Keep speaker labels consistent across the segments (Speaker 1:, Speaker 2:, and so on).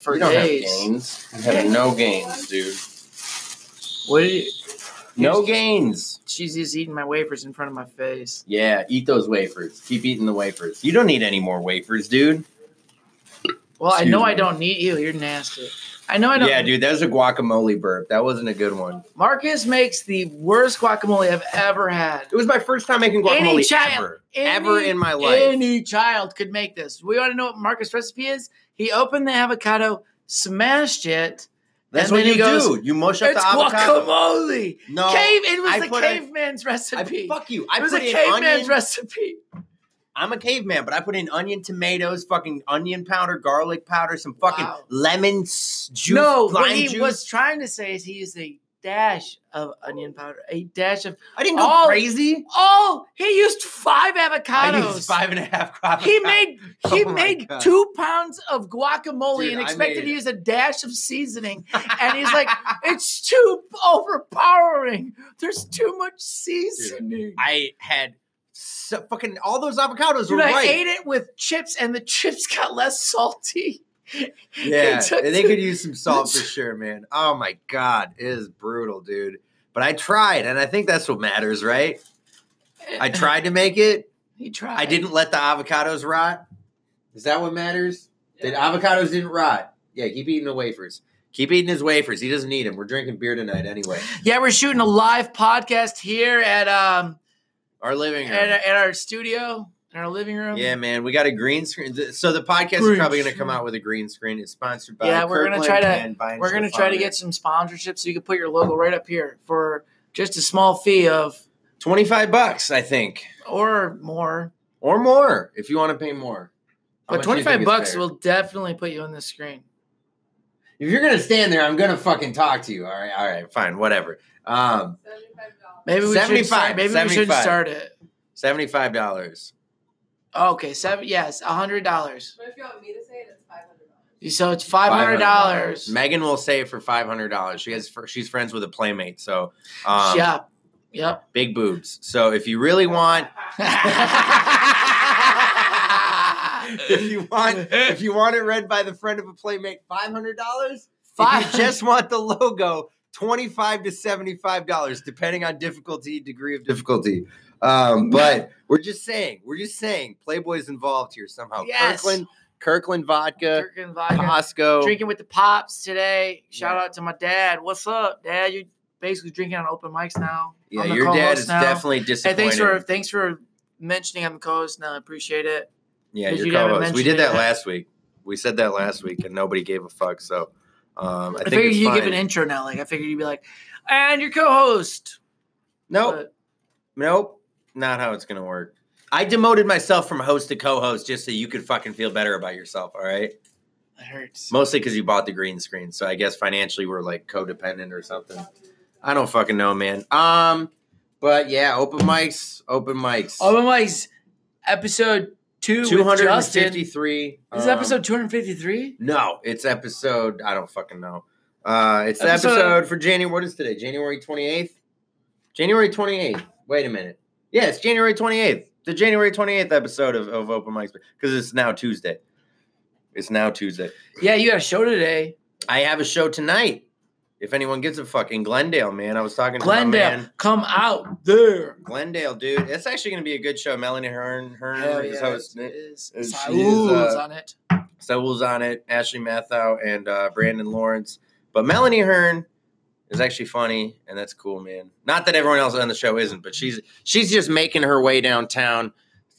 Speaker 1: for
Speaker 2: you don't have
Speaker 1: days.
Speaker 2: gains. You have no gains, dude.
Speaker 1: What did you,
Speaker 2: No gains.
Speaker 1: she's just eating my wafers in front of my face.
Speaker 2: Yeah, eat those wafers. Keep eating the wafers. You don't need any more wafers, dude.
Speaker 1: Well, I
Speaker 2: Excuse
Speaker 1: know I
Speaker 2: me.
Speaker 1: don't need you. You're nasty. I know I don't.
Speaker 2: Yeah, dude, that was a guacamole burp. That wasn't a good one.
Speaker 1: Marcus makes the worst guacamole I've ever had.
Speaker 2: It was my first time making
Speaker 1: Any
Speaker 2: guacamole
Speaker 1: child-
Speaker 2: ever,
Speaker 1: any-
Speaker 2: ever in my life.
Speaker 1: Any child could make this. We want to know what Marcus' recipe is. He opened the avocado, smashed it.
Speaker 2: That's
Speaker 1: and
Speaker 2: what
Speaker 1: then
Speaker 2: you
Speaker 1: he goes,
Speaker 2: do. You mush up
Speaker 1: it's
Speaker 2: the avocado.
Speaker 1: guacamole.
Speaker 2: No,
Speaker 1: Cave. It was
Speaker 2: I
Speaker 1: the
Speaker 2: put a-
Speaker 1: caveman's
Speaker 2: I,
Speaker 1: recipe.
Speaker 2: fuck you. I
Speaker 1: it was a
Speaker 2: put in
Speaker 1: caveman's
Speaker 2: onion.
Speaker 1: recipe.
Speaker 2: I'm a caveman, but I put in onion, tomatoes, fucking onion powder, garlic powder, some fucking
Speaker 1: Wow.
Speaker 2: lemon s- juice,
Speaker 1: no,
Speaker 2: lime
Speaker 1: what he
Speaker 2: juice.
Speaker 1: was trying to say is he used a dash of onion powder, a dash of
Speaker 2: I didn't go
Speaker 1: all-
Speaker 2: crazy.
Speaker 1: oh, he used five
Speaker 2: I
Speaker 1: avocados.
Speaker 2: used five and a half crop.
Speaker 1: He made he
Speaker 2: Oh my
Speaker 1: made
Speaker 2: God.
Speaker 1: two pounds of guacamole
Speaker 2: Dude,
Speaker 1: and
Speaker 2: I
Speaker 1: expected
Speaker 2: made-
Speaker 1: to use a dash of seasoning, and he's like, "It's too overpowering. There's too much seasoning."
Speaker 2: I had so fucking all those avocados
Speaker 1: Dude,
Speaker 2: were
Speaker 1: I
Speaker 2: right.
Speaker 1: ate it with chips, and the chips got less salty.
Speaker 2: Yeah,
Speaker 1: It took
Speaker 2: they
Speaker 1: two-
Speaker 2: could use some salt for sure, man. Oh my god, it is brutal, dude. But I tried, and I think that's what matters, right? I tried to make it.
Speaker 1: He tried.
Speaker 2: I didn't let the avocados rot. Is that what matters? The avocados didn't rot. Yeah, keep eating the wafers. Keep eating his wafers. He doesn't need them. We're drinking beer tonight anyway.
Speaker 1: Yeah, we're shooting a live podcast here at um
Speaker 2: Our living room.
Speaker 1: at, at our studio in our living room.
Speaker 2: yeah, man, we got a green screen. So the podcast is
Speaker 1: Green
Speaker 2: probably going to come
Speaker 1: screen.
Speaker 2: out with a green screen. It's sponsored by
Speaker 1: Yeah, we're gonna
Speaker 2: Kirkland
Speaker 1: try to-
Speaker 2: and Vine
Speaker 1: We're gonna try to
Speaker 2: Stefano.
Speaker 1: get some sponsorship so you can put your logo right up here for just a small fee of
Speaker 2: twenty five bucks, I think.
Speaker 1: or more.
Speaker 2: or more if you want to pay more.
Speaker 1: But
Speaker 2: How much do you
Speaker 1: twenty five
Speaker 2: think is
Speaker 1: bucks
Speaker 2: fair?
Speaker 1: will definitely put you on the screen.
Speaker 2: If you're gonna stand there, I'm gonna fucking talk to you. All right, all right, fine, whatever. Um,
Speaker 1: Maybe we should
Speaker 2: 75,
Speaker 1: start, maybe we should
Speaker 2: 75.
Speaker 1: start it.
Speaker 2: seventy five dollars.
Speaker 1: Okay, seven yes, hundred dollars.
Speaker 3: But if you want me to say it, it's five hundred dollars.
Speaker 1: So it's five hundred dollars.
Speaker 2: Megan will save for five hundred dollars. She has fr- she's friends with a playmate, so um,
Speaker 1: Yeah. Yep.
Speaker 2: big boobs. So if you really want, if you want, if you want it read by the friend of a playmate, five hundred dollars. If
Speaker 1: Five
Speaker 2: you just want the logo, twenty-five to seventy-five dollars, depending on difficulty, degree of difficulty. Um, but we're just saying, we're just saying, Playboy's involved here somehow.
Speaker 1: Yes.
Speaker 2: Kirkland, Kirkland vodka,
Speaker 1: Drinking vodka.
Speaker 2: Costco.
Speaker 1: drinking with the pops today. Shout out to my dad. What's up, dad? You're basically drinking on open mics now.
Speaker 2: yeah,
Speaker 1: I'm the
Speaker 2: your dad
Speaker 1: co-host
Speaker 2: is
Speaker 1: now.
Speaker 2: definitely
Speaker 1: Hey,
Speaker 2: disappointed.
Speaker 1: thanks for thanks for mentioning I'm the co-host. Now I appreciate it.
Speaker 2: yeah,
Speaker 1: 'cause
Speaker 2: your
Speaker 1: you haven't
Speaker 2: co-host. We
Speaker 1: mentioned
Speaker 2: did that
Speaker 1: it.
Speaker 2: last week. We said that last week, and nobody gave a fuck. So um, I,
Speaker 1: I,
Speaker 2: think
Speaker 1: figured
Speaker 2: it's
Speaker 1: you would give
Speaker 2: fine.
Speaker 1: an intro now. Like I figured you'd be like, and your co-host.
Speaker 2: Nope.
Speaker 1: But
Speaker 2: Nope, not how it's gonna work. I demoted myself from host to co-host just so you could fucking feel better about yourself. All right,
Speaker 1: it hurts.
Speaker 2: mostly because you bought the green screen, so I guess financially we're like codependent or something. I don't fucking know, man. Um, but yeah, open mics, open mics.
Speaker 1: Open mics, episode two.
Speaker 2: Two
Speaker 1: with
Speaker 2: hundred and
Speaker 1: Justin. This
Speaker 2: fifty-three.
Speaker 1: is
Speaker 2: um,
Speaker 1: episode 253.
Speaker 2: No, it's episode. I don't fucking know. Uh, it's the
Speaker 1: Episode-
Speaker 2: episode for January. What is today? January twenty eighth. January twenty eighth. Wait a minute. Yeah, it's January twenty eighth. The January twenty eighth episode of, of Open Mics because it's now Tuesday. It's now Tuesday.
Speaker 1: Yeah, you got a show today.
Speaker 2: I have a show tonight. If anyone gives a fuck in Glendale, man, I was talking to my
Speaker 1: Glendale,
Speaker 2: man.
Speaker 1: come out there.
Speaker 2: Glendale, dude. It's actually gonna be a good show. Melanie Hearn, Hearn
Speaker 1: Hell
Speaker 2: is
Speaker 1: yeah,
Speaker 2: hosting
Speaker 1: it
Speaker 2: it.
Speaker 1: is.
Speaker 2: is- she is,
Speaker 1: Saul's
Speaker 2: uh,
Speaker 1: on it.
Speaker 2: Sewell's on it, Ashley Mathau, and uh, Brandon Lawrence. But Melanie Hearn is actually funny, and that's cool, man. Not that everyone else on the show isn't, but she's she's just making her way downtown,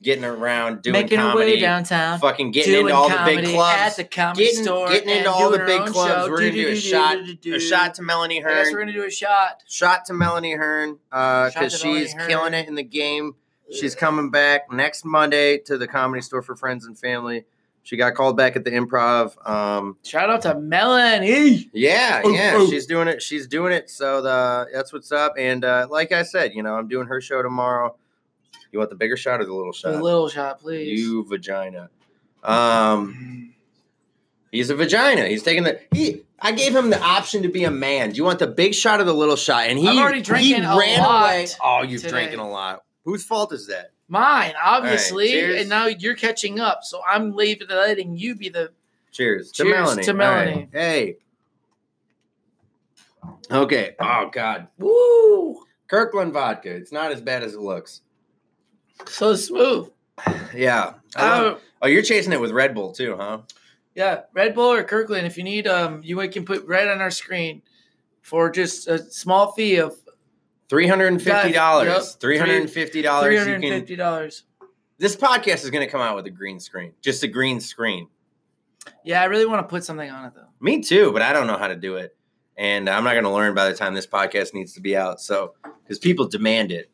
Speaker 2: getting around, doing
Speaker 1: Making
Speaker 2: comedy,
Speaker 1: her way downtown.
Speaker 2: fucking getting into
Speaker 1: doing
Speaker 2: all the
Speaker 1: comedy
Speaker 2: big
Speaker 1: At
Speaker 2: clubs.
Speaker 1: the comedy
Speaker 2: Getting-
Speaker 1: store.
Speaker 2: getting
Speaker 1: and
Speaker 2: into all the
Speaker 1: doing
Speaker 2: big
Speaker 1: her own
Speaker 2: clubs.
Speaker 1: show.
Speaker 2: We're gonna do a shot- A shot to Melanie
Speaker 1: Yes, we're
Speaker 2: Hearn,
Speaker 1: gonna do a shot.
Speaker 2: shot to Melanie Hearn, because
Speaker 1: Shot to Melanie
Speaker 2: she's
Speaker 1: Hearn.
Speaker 2: killing it in the game. She's coming back next Monday to the comedy store for friends and family. She got called back at the improv. Um, Oh,
Speaker 1: Shout out to Melanie.
Speaker 2: Yeah,
Speaker 1: Ooh,
Speaker 2: yeah,
Speaker 1: ooh.
Speaker 2: she's doing it. She's doing it. So the that's what's up. And uh, like I said, you know, I'm doing her show tomorrow. You want the bigger shot or the little shot?
Speaker 1: A little shot, please.
Speaker 2: you vagina. Um, he's a vagina. He's taking the. He, I gave him the option to be a man. Do you want the big shot or the little shot? And he
Speaker 1: I'm already
Speaker 2: he
Speaker 1: drinking a
Speaker 2: ran
Speaker 1: lot
Speaker 2: away. Oh, you've
Speaker 1: today.
Speaker 2: drinking a lot. Whose fault is that?
Speaker 1: Mine, obviously,
Speaker 2: cheers.
Speaker 1: and now you're catching up. So I'm leaving, letting you be the
Speaker 2: Cheers, to
Speaker 1: Cheers
Speaker 2: Melanie.
Speaker 1: to
Speaker 2: All right.
Speaker 1: Melanie.
Speaker 2: Hey. Okay. Oh God.
Speaker 1: Woo!
Speaker 2: Kirkland vodka. It's not as bad as it looks.
Speaker 1: So smooth.
Speaker 2: Yeah. I love-
Speaker 1: Oh,
Speaker 2: oh, you're chasing it with Red Bull too, huh?
Speaker 1: yeah, Red Bull or Kirkland. If you need, um, you can put red on our screen for just a small fee of
Speaker 2: Three hundred and fifty dollars.
Speaker 1: Yep.
Speaker 2: Three hundred and fifty
Speaker 1: three
Speaker 2: dollars. You
Speaker 1: hundred and
Speaker 2: can.
Speaker 1: fifty dollars.
Speaker 2: This podcast is going to come out with a green screen. Just a green screen.
Speaker 1: Yeah, I really want to put something on it though.
Speaker 2: Me too, but I don't know how to do it, and I'm not going to learn by the time this podcast needs to be out. So, because people demand it,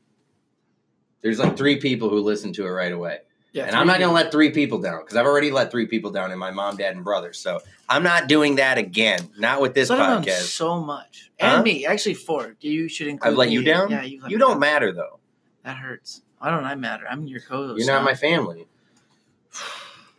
Speaker 2: there's like three people who listen to it right away,
Speaker 1: Yeah,
Speaker 2: and I'm not going to let three people down because I've already let three people down in my mom, dad, and brother. So I'm not doing that again. Not with this
Speaker 1: Son of them
Speaker 2: podcast.
Speaker 1: so much,
Speaker 2: Huh?
Speaker 1: and me actually four. You should include.
Speaker 2: I've let you
Speaker 1: me.
Speaker 2: down.
Speaker 1: Yeah, you. let
Speaker 2: you
Speaker 1: me
Speaker 2: don't
Speaker 1: down.
Speaker 2: matter though.
Speaker 1: That hurts. Why don't I matter? I'm your co-host.
Speaker 2: You're not
Speaker 1: now.
Speaker 2: my family.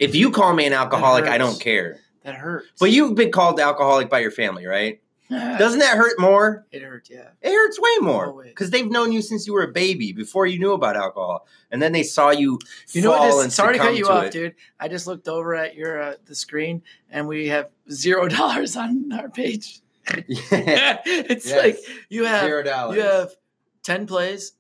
Speaker 2: If you call me an alcoholic, I
Speaker 1: hurts.
Speaker 2: don't care.
Speaker 1: That hurts.
Speaker 2: But you've been called alcoholic by your family, right?
Speaker 1: does
Speaker 2: Doesn't that hurt more?
Speaker 1: it hurt? Yeah.
Speaker 2: It hurts way
Speaker 1: Oh,
Speaker 2: more
Speaker 1: wait.
Speaker 2: because they've known you since you were a baby before you knew about alcohol, and then they saw you.
Speaker 1: You know
Speaker 2: fall
Speaker 1: what?
Speaker 2: and
Speaker 1: This, sorry to
Speaker 2: succumb
Speaker 1: cut you off,
Speaker 2: it.
Speaker 1: dude. I just looked over at your uh, the screen, and we have zero dollars on our page.
Speaker 2: Yeah.
Speaker 1: it's
Speaker 2: Yes.
Speaker 1: like you have
Speaker 2: Zero dollars.
Speaker 1: you have ten plays.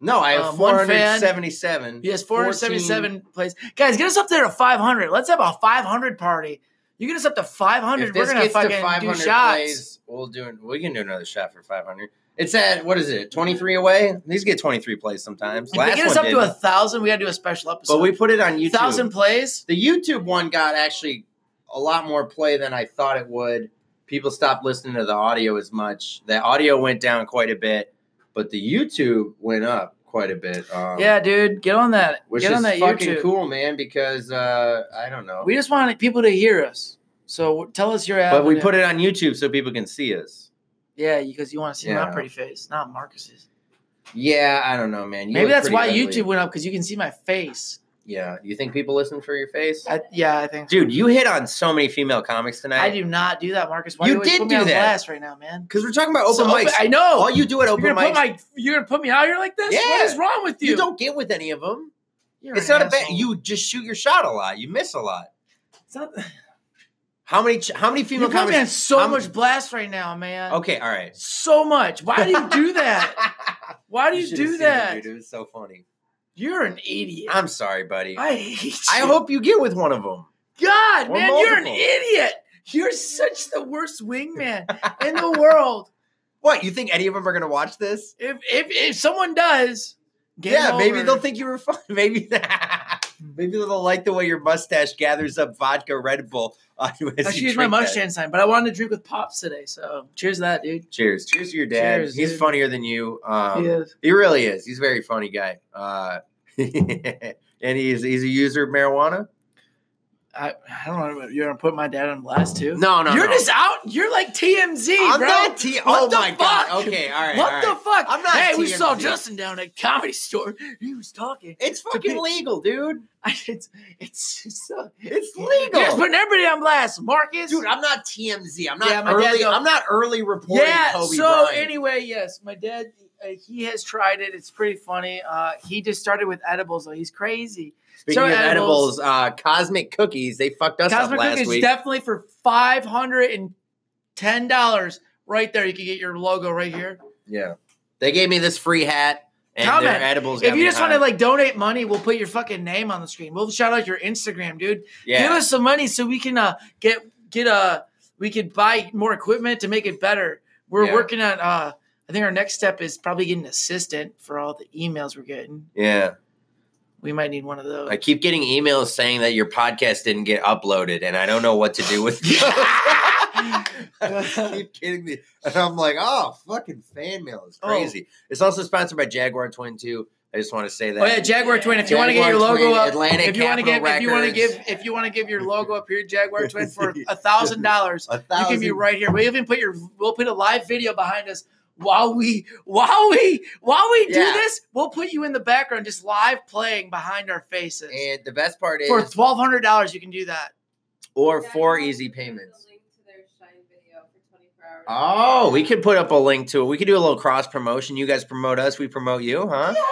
Speaker 2: no, I have
Speaker 1: um,
Speaker 2: four
Speaker 1: one
Speaker 2: hundred
Speaker 1: fan.
Speaker 2: seventy-seven.
Speaker 1: Yes, four hundred seventy-seven plays. Guys, get us up there to five hundred. Let's have a five hundred party. You get us up to five
Speaker 2: If
Speaker 1: hundred. We're
Speaker 2: this
Speaker 1: gonna
Speaker 2: gets to
Speaker 1: fucking
Speaker 2: five
Speaker 1: do
Speaker 2: hundred
Speaker 1: shots.
Speaker 2: plays, we'll do. We can do another shot for five hundred. It's at what is it? Twenty-three away. These get twenty-three plays sometimes.
Speaker 1: If they
Speaker 2: Last
Speaker 1: get us
Speaker 2: one
Speaker 1: up to a
Speaker 2: didn't,
Speaker 1: thousand, we gotta do a special episode.
Speaker 2: but we put it on YouTube.
Speaker 1: thousand plays.
Speaker 2: The YouTube one got actually a lot more play than I thought it would. People stopped listening to the audio as much. The audio went down quite a bit, but the YouTube went up quite a bit. Um,
Speaker 1: yeah, dude, get on that.
Speaker 2: which
Speaker 1: get
Speaker 2: is
Speaker 1: on that
Speaker 2: fucking
Speaker 1: YouTube.
Speaker 2: cool, man. Because uh, I don't know,
Speaker 1: We just want people to hear us. So tell us your.
Speaker 2: but we
Speaker 1: avenue.
Speaker 2: put it on YouTube so people can see us.
Speaker 1: Yeah, because you want to see
Speaker 2: Yeah.
Speaker 1: my pretty face, not Marcus's.
Speaker 2: Yeah, I don't know, man. You
Speaker 1: Maybe
Speaker 2: look
Speaker 1: that's
Speaker 2: pretty
Speaker 1: why
Speaker 2: ugly.
Speaker 1: YouTube went up because you can see my face.
Speaker 2: Yeah, you think people listen for your face,
Speaker 1: I, yeah, I think.
Speaker 2: dude? You hit on so many female comics
Speaker 1: I
Speaker 2: tonight
Speaker 1: do not do that, Marcus. Why
Speaker 2: You
Speaker 1: you always
Speaker 2: did
Speaker 1: put me
Speaker 2: do
Speaker 1: on
Speaker 2: that.
Speaker 1: blast right now, man?
Speaker 2: because we're talking about
Speaker 1: So
Speaker 2: open mics.
Speaker 1: I know.
Speaker 2: All you do at open
Speaker 1: you're gonna
Speaker 2: mics,
Speaker 1: put my. You're gonna put me out here like this. What
Speaker 2: Yeah.
Speaker 1: is wrong with you?
Speaker 2: you don't get with any of them.
Speaker 1: You're
Speaker 2: It's
Speaker 1: an
Speaker 2: not a bad.
Speaker 1: asshole.
Speaker 2: You just shoot your shot a lot. You miss a lot.
Speaker 1: It's not-
Speaker 2: How many? ch- How many female
Speaker 1: You're putting me on
Speaker 2: comics?
Speaker 1: so
Speaker 2: I'm-
Speaker 1: much blast right now, man.
Speaker 2: Okay, all right.
Speaker 1: So much. Why do you do that? Why do you,
Speaker 2: should've seen
Speaker 1: do
Speaker 2: it,
Speaker 1: that?
Speaker 2: dude. It was so funny.
Speaker 1: You're an idiot.
Speaker 2: I'm sorry, buddy. I,
Speaker 1: I hate you.
Speaker 2: hope you get with one of them.
Speaker 1: God,
Speaker 2: Or
Speaker 1: man, you're an
Speaker 2: multiple.
Speaker 1: idiot. You're such the worst wingman in the world.
Speaker 2: What? You think any of them are gonna watch this?
Speaker 1: If if if someone does, game
Speaker 2: yeah, maybe
Speaker 1: over.
Speaker 2: they'll think you were fun. Maybe. Maybe they'll like the way your mustache gathers up vodka Red Bull on you as
Speaker 1: Actually,
Speaker 2: you
Speaker 1: use my
Speaker 2: drink that.
Speaker 1: mustache sign, but I wanted to drink with pops today, so cheers to that, dude.
Speaker 2: Cheers! Cheers to your dad.
Speaker 1: Cheers,
Speaker 2: He's
Speaker 1: dude.
Speaker 2: funnier than you. Um,
Speaker 1: Yeah.
Speaker 2: He really is. He's a very funny guy. Uh, and he's he's a user of marijuana.
Speaker 1: I, I don't know. but You're gonna put my dad on blast too?
Speaker 2: No, no,
Speaker 1: you're
Speaker 2: no.
Speaker 1: just out. You're like TMZ,
Speaker 2: I'm
Speaker 1: bro.
Speaker 2: not T.
Speaker 1: What
Speaker 2: Oh
Speaker 1: the
Speaker 2: my god.
Speaker 1: fuck?
Speaker 2: Okay, all right.
Speaker 1: what
Speaker 2: all
Speaker 1: the
Speaker 2: right.
Speaker 1: fuck?
Speaker 2: I'm not
Speaker 1: Hey, we
Speaker 2: TMZ.
Speaker 1: saw Justin down at comedy store. He was talking.
Speaker 2: It's fucking
Speaker 1: be-
Speaker 2: legal, dude.
Speaker 1: I, it's it's it's, so,
Speaker 2: It's
Speaker 1: You're just
Speaker 2: legal.
Speaker 1: putting everybody on blast, Marcus.
Speaker 2: Dude, I'm not TMZ. I'm not
Speaker 1: Yeah, my dad
Speaker 2: early.
Speaker 1: goes-
Speaker 2: I'm not early reporting.
Speaker 1: yeah.
Speaker 2: Kobe
Speaker 1: so
Speaker 2: Bryant.
Speaker 1: anyway, yes, my dad. Uh, he has tried it. It's pretty funny. Uh, he just started with edibles. Though. He's crazy.
Speaker 2: speaking
Speaker 1: so
Speaker 2: of
Speaker 1: edibles-
Speaker 2: edibles, uh, cosmic cookies, they fucked us
Speaker 1: Cosmic
Speaker 2: up last
Speaker 1: Cookies
Speaker 2: week.
Speaker 1: definitely for five hundred and ten dollars. Right there, you can get your logo right here.
Speaker 2: yeah, they gave me this free hat and
Speaker 1: Comment.
Speaker 2: their edibles.
Speaker 1: If
Speaker 2: got
Speaker 1: you
Speaker 2: me
Speaker 1: just want to
Speaker 2: high.
Speaker 1: like donate money, we'll put your fucking name on the screen. We'll shout out your Instagram, dude.
Speaker 2: yeah,
Speaker 1: Give us some money so we can uh, get get uh we could buy more equipment to make it better. We're
Speaker 2: Yeah.
Speaker 1: working on uh I think our next step is probably getting an assistant for all the emails we're getting.
Speaker 2: yeah.
Speaker 1: We might need one of those.
Speaker 2: I keep getting emails saying that your podcast didn't get uploaded, and I don't know what to do with. I keep kidding me, and I'm like, oh, fucking fan mail is
Speaker 1: Oh.
Speaker 2: crazy. It's also sponsored by Jaguar Twin Two. I just want to say that.
Speaker 1: Oh yeah, Jaguar Twin. If you want to get your
Speaker 2: Jaguar
Speaker 1: logo
Speaker 2: Twin,
Speaker 1: up,
Speaker 2: Atlantic
Speaker 1: if you want to
Speaker 2: Capital
Speaker 1: give, if you want to
Speaker 2: Records.
Speaker 1: give, if you want to give your logo up here, Jaguar Twin for a thousand dollars,
Speaker 2: a
Speaker 1: you
Speaker 2: thousand.
Speaker 1: can be right here. We even put your, we'll put a live video behind us while we, while we, while we do
Speaker 2: Yeah.
Speaker 1: this. We'll put you in the background, just live playing behind our faces.
Speaker 2: And the best part is,
Speaker 1: for twelve hundred dollars, you can do that.
Speaker 2: or
Speaker 3: Yeah,
Speaker 2: four
Speaker 3: you can
Speaker 2: easy
Speaker 3: put the
Speaker 2: payments.
Speaker 3: link to their Shine video for 24 hours.
Speaker 2: Oh, we could put up a link to it. We could do a little cross promotion. You guys promote us, we promote you, huh?
Speaker 3: You just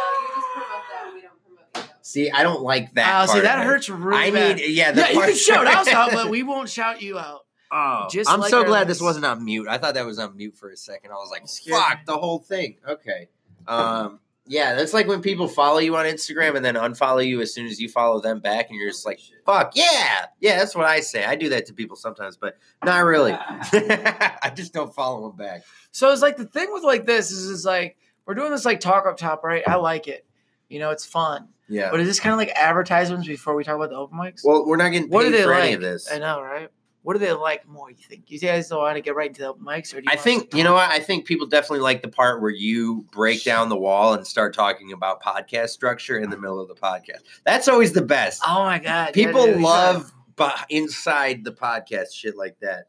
Speaker 3: promote that. We don't promote you.
Speaker 2: See, I don't like that.
Speaker 1: Oh, see,
Speaker 2: part of
Speaker 1: that
Speaker 2: it.
Speaker 1: hurts really
Speaker 2: I
Speaker 1: bad.
Speaker 2: need, yeah, the
Speaker 1: yeah, you
Speaker 2: part-
Speaker 1: can shout us out, but we won't shout you out.
Speaker 2: Oh,
Speaker 1: Just
Speaker 2: I'm
Speaker 1: like
Speaker 2: so
Speaker 1: our
Speaker 2: glad
Speaker 1: lives.
Speaker 2: this wasn't on mute. I thought that was on mute for a second. I was like,
Speaker 1: scared
Speaker 2: fuck the whole thing. Okay. Um, yeah, that's like when people follow you on Instagram and then unfollow you as soon as you follow them back, and you're just like, fuck yeah, yeah. That's what I say. I do that to people sometimes, but not really. I just don't follow them back.
Speaker 1: So it's like the thing with like this is is like we're doing this like talk up top, right? I like it. You know, it's fun.
Speaker 2: Yeah.
Speaker 1: But is this kind of like advertisements before we talk about the open mics?
Speaker 2: well, we're not getting paid
Speaker 1: what do they
Speaker 2: for
Speaker 1: like?
Speaker 2: any of this.
Speaker 1: I know, right? What do they like more? You think you guys don't want to get right into the open mics, or do you
Speaker 2: I
Speaker 1: want us
Speaker 2: think
Speaker 1: to
Speaker 2: you
Speaker 1: talk?
Speaker 2: know what I think people definitely like the part where you break down the wall and start talking about podcast structure in the middle of the podcast. That's always the best.
Speaker 1: Oh my god, yeah,
Speaker 2: People
Speaker 1: dude, we gotta-
Speaker 2: love bu- inside the podcast shit like that.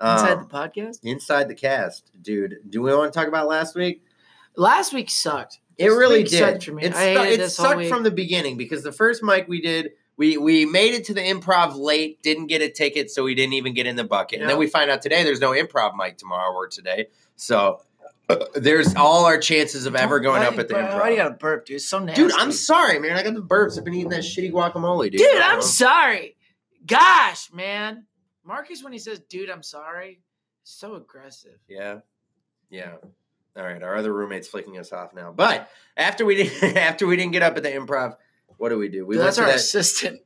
Speaker 1: inside the
Speaker 2: Um,
Speaker 1: podcast.
Speaker 2: inside the cast, dude. Do we want to talk about last week?
Speaker 1: Last week sucked.
Speaker 2: It really
Speaker 1: week
Speaker 2: did.
Speaker 1: sucked for me.
Speaker 2: It,
Speaker 1: I hated
Speaker 2: it
Speaker 1: this whole
Speaker 2: sucked
Speaker 1: week.
Speaker 2: from the beginning because the first mic we did, we we made it to the improv late, didn't get a ticket, so we didn't even get in the bucket. And then
Speaker 1: Yeah.
Speaker 2: we find out today there's no improv mic tomorrow or today, so uh, there's all our chances of ever going
Speaker 1: Why-
Speaker 2: up at the
Speaker 1: why- Why do you
Speaker 2: improv.
Speaker 1: gotta burp, dude? It's so nasty.
Speaker 2: Dude, I'm sorry, man. I got the burps. I've been eating that shitty guacamole, dude. Uh-huh.
Speaker 1: Dude, I'm sorry. Gosh, man. Marcus, when he says, dude, I'm sorry, is so aggressive.
Speaker 2: Yeah. Yeah. All right. Our other roommate's flicking us off now. But after we didn't after we didn't get up at the improv, what do we do? We
Speaker 1: Dude,
Speaker 2: went
Speaker 1: that's
Speaker 2: to
Speaker 1: our
Speaker 2: that-
Speaker 1: assistant.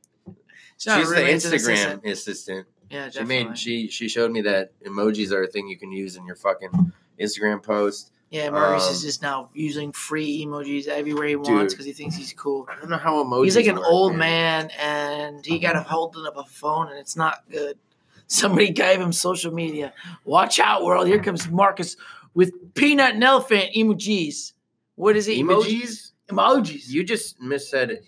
Speaker 1: It's not
Speaker 2: She's the
Speaker 1: really it's an
Speaker 2: Instagram
Speaker 1: assistant.
Speaker 2: assistant.
Speaker 1: Yeah,
Speaker 2: She
Speaker 1: definitely.
Speaker 2: made she she showed me that emojis are a thing you can use in your fucking Instagram post.
Speaker 1: yeah, Marcus is
Speaker 2: um,
Speaker 1: just now using free emojis everywhere he wants because he thinks he's cool.
Speaker 2: I don't know how emojis. Uh-huh.
Speaker 1: He's like an
Speaker 2: work,
Speaker 1: old man, and he got a holding up a phone, and it's not good. Somebody gave him social media. Watch out, world! Here comes Marcus with peanut and elephant emojis. What is it?
Speaker 2: Emojis?
Speaker 1: Emojis.
Speaker 2: You just missaid.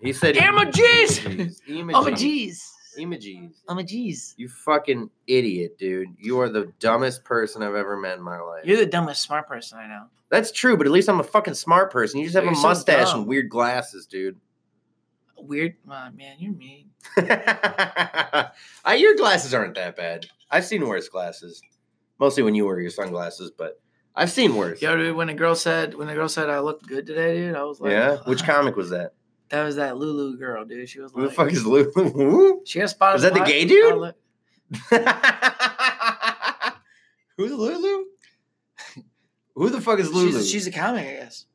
Speaker 2: He said
Speaker 1: Emojis!
Speaker 2: Emojis.
Speaker 1: Emojis.
Speaker 2: Emojis.
Speaker 1: Emojis.
Speaker 2: You fucking idiot, dude. You are the dumbest person I've ever met in my life.
Speaker 1: You're the dumbest smart person I know.
Speaker 2: That's true, but at least I'm a fucking smart person. You just have
Speaker 1: You're
Speaker 2: a
Speaker 1: so
Speaker 2: mustache
Speaker 1: dumb.
Speaker 2: and weird glasses, dude.
Speaker 1: Weird. Aw, man, you're mean.
Speaker 2: I, your glasses aren't that bad. I've seen worse glasses. Mostly when you wear your sunglasses, but I've seen worse.
Speaker 1: Yo, dude, when a girl said, when a girl said I looked good today, dude, I was like,
Speaker 2: yeah? Which comic was that?
Speaker 1: That was that Lulu girl, dude. She was
Speaker 2: Who
Speaker 1: like,
Speaker 2: the fuck is Lulu?
Speaker 1: She got spotted.
Speaker 2: Was that the
Speaker 1: by-
Speaker 2: gay dude?
Speaker 1: I look-
Speaker 2: Who's Lulu? Who the fuck is Lulu?
Speaker 1: She's, she's a comic, I guess.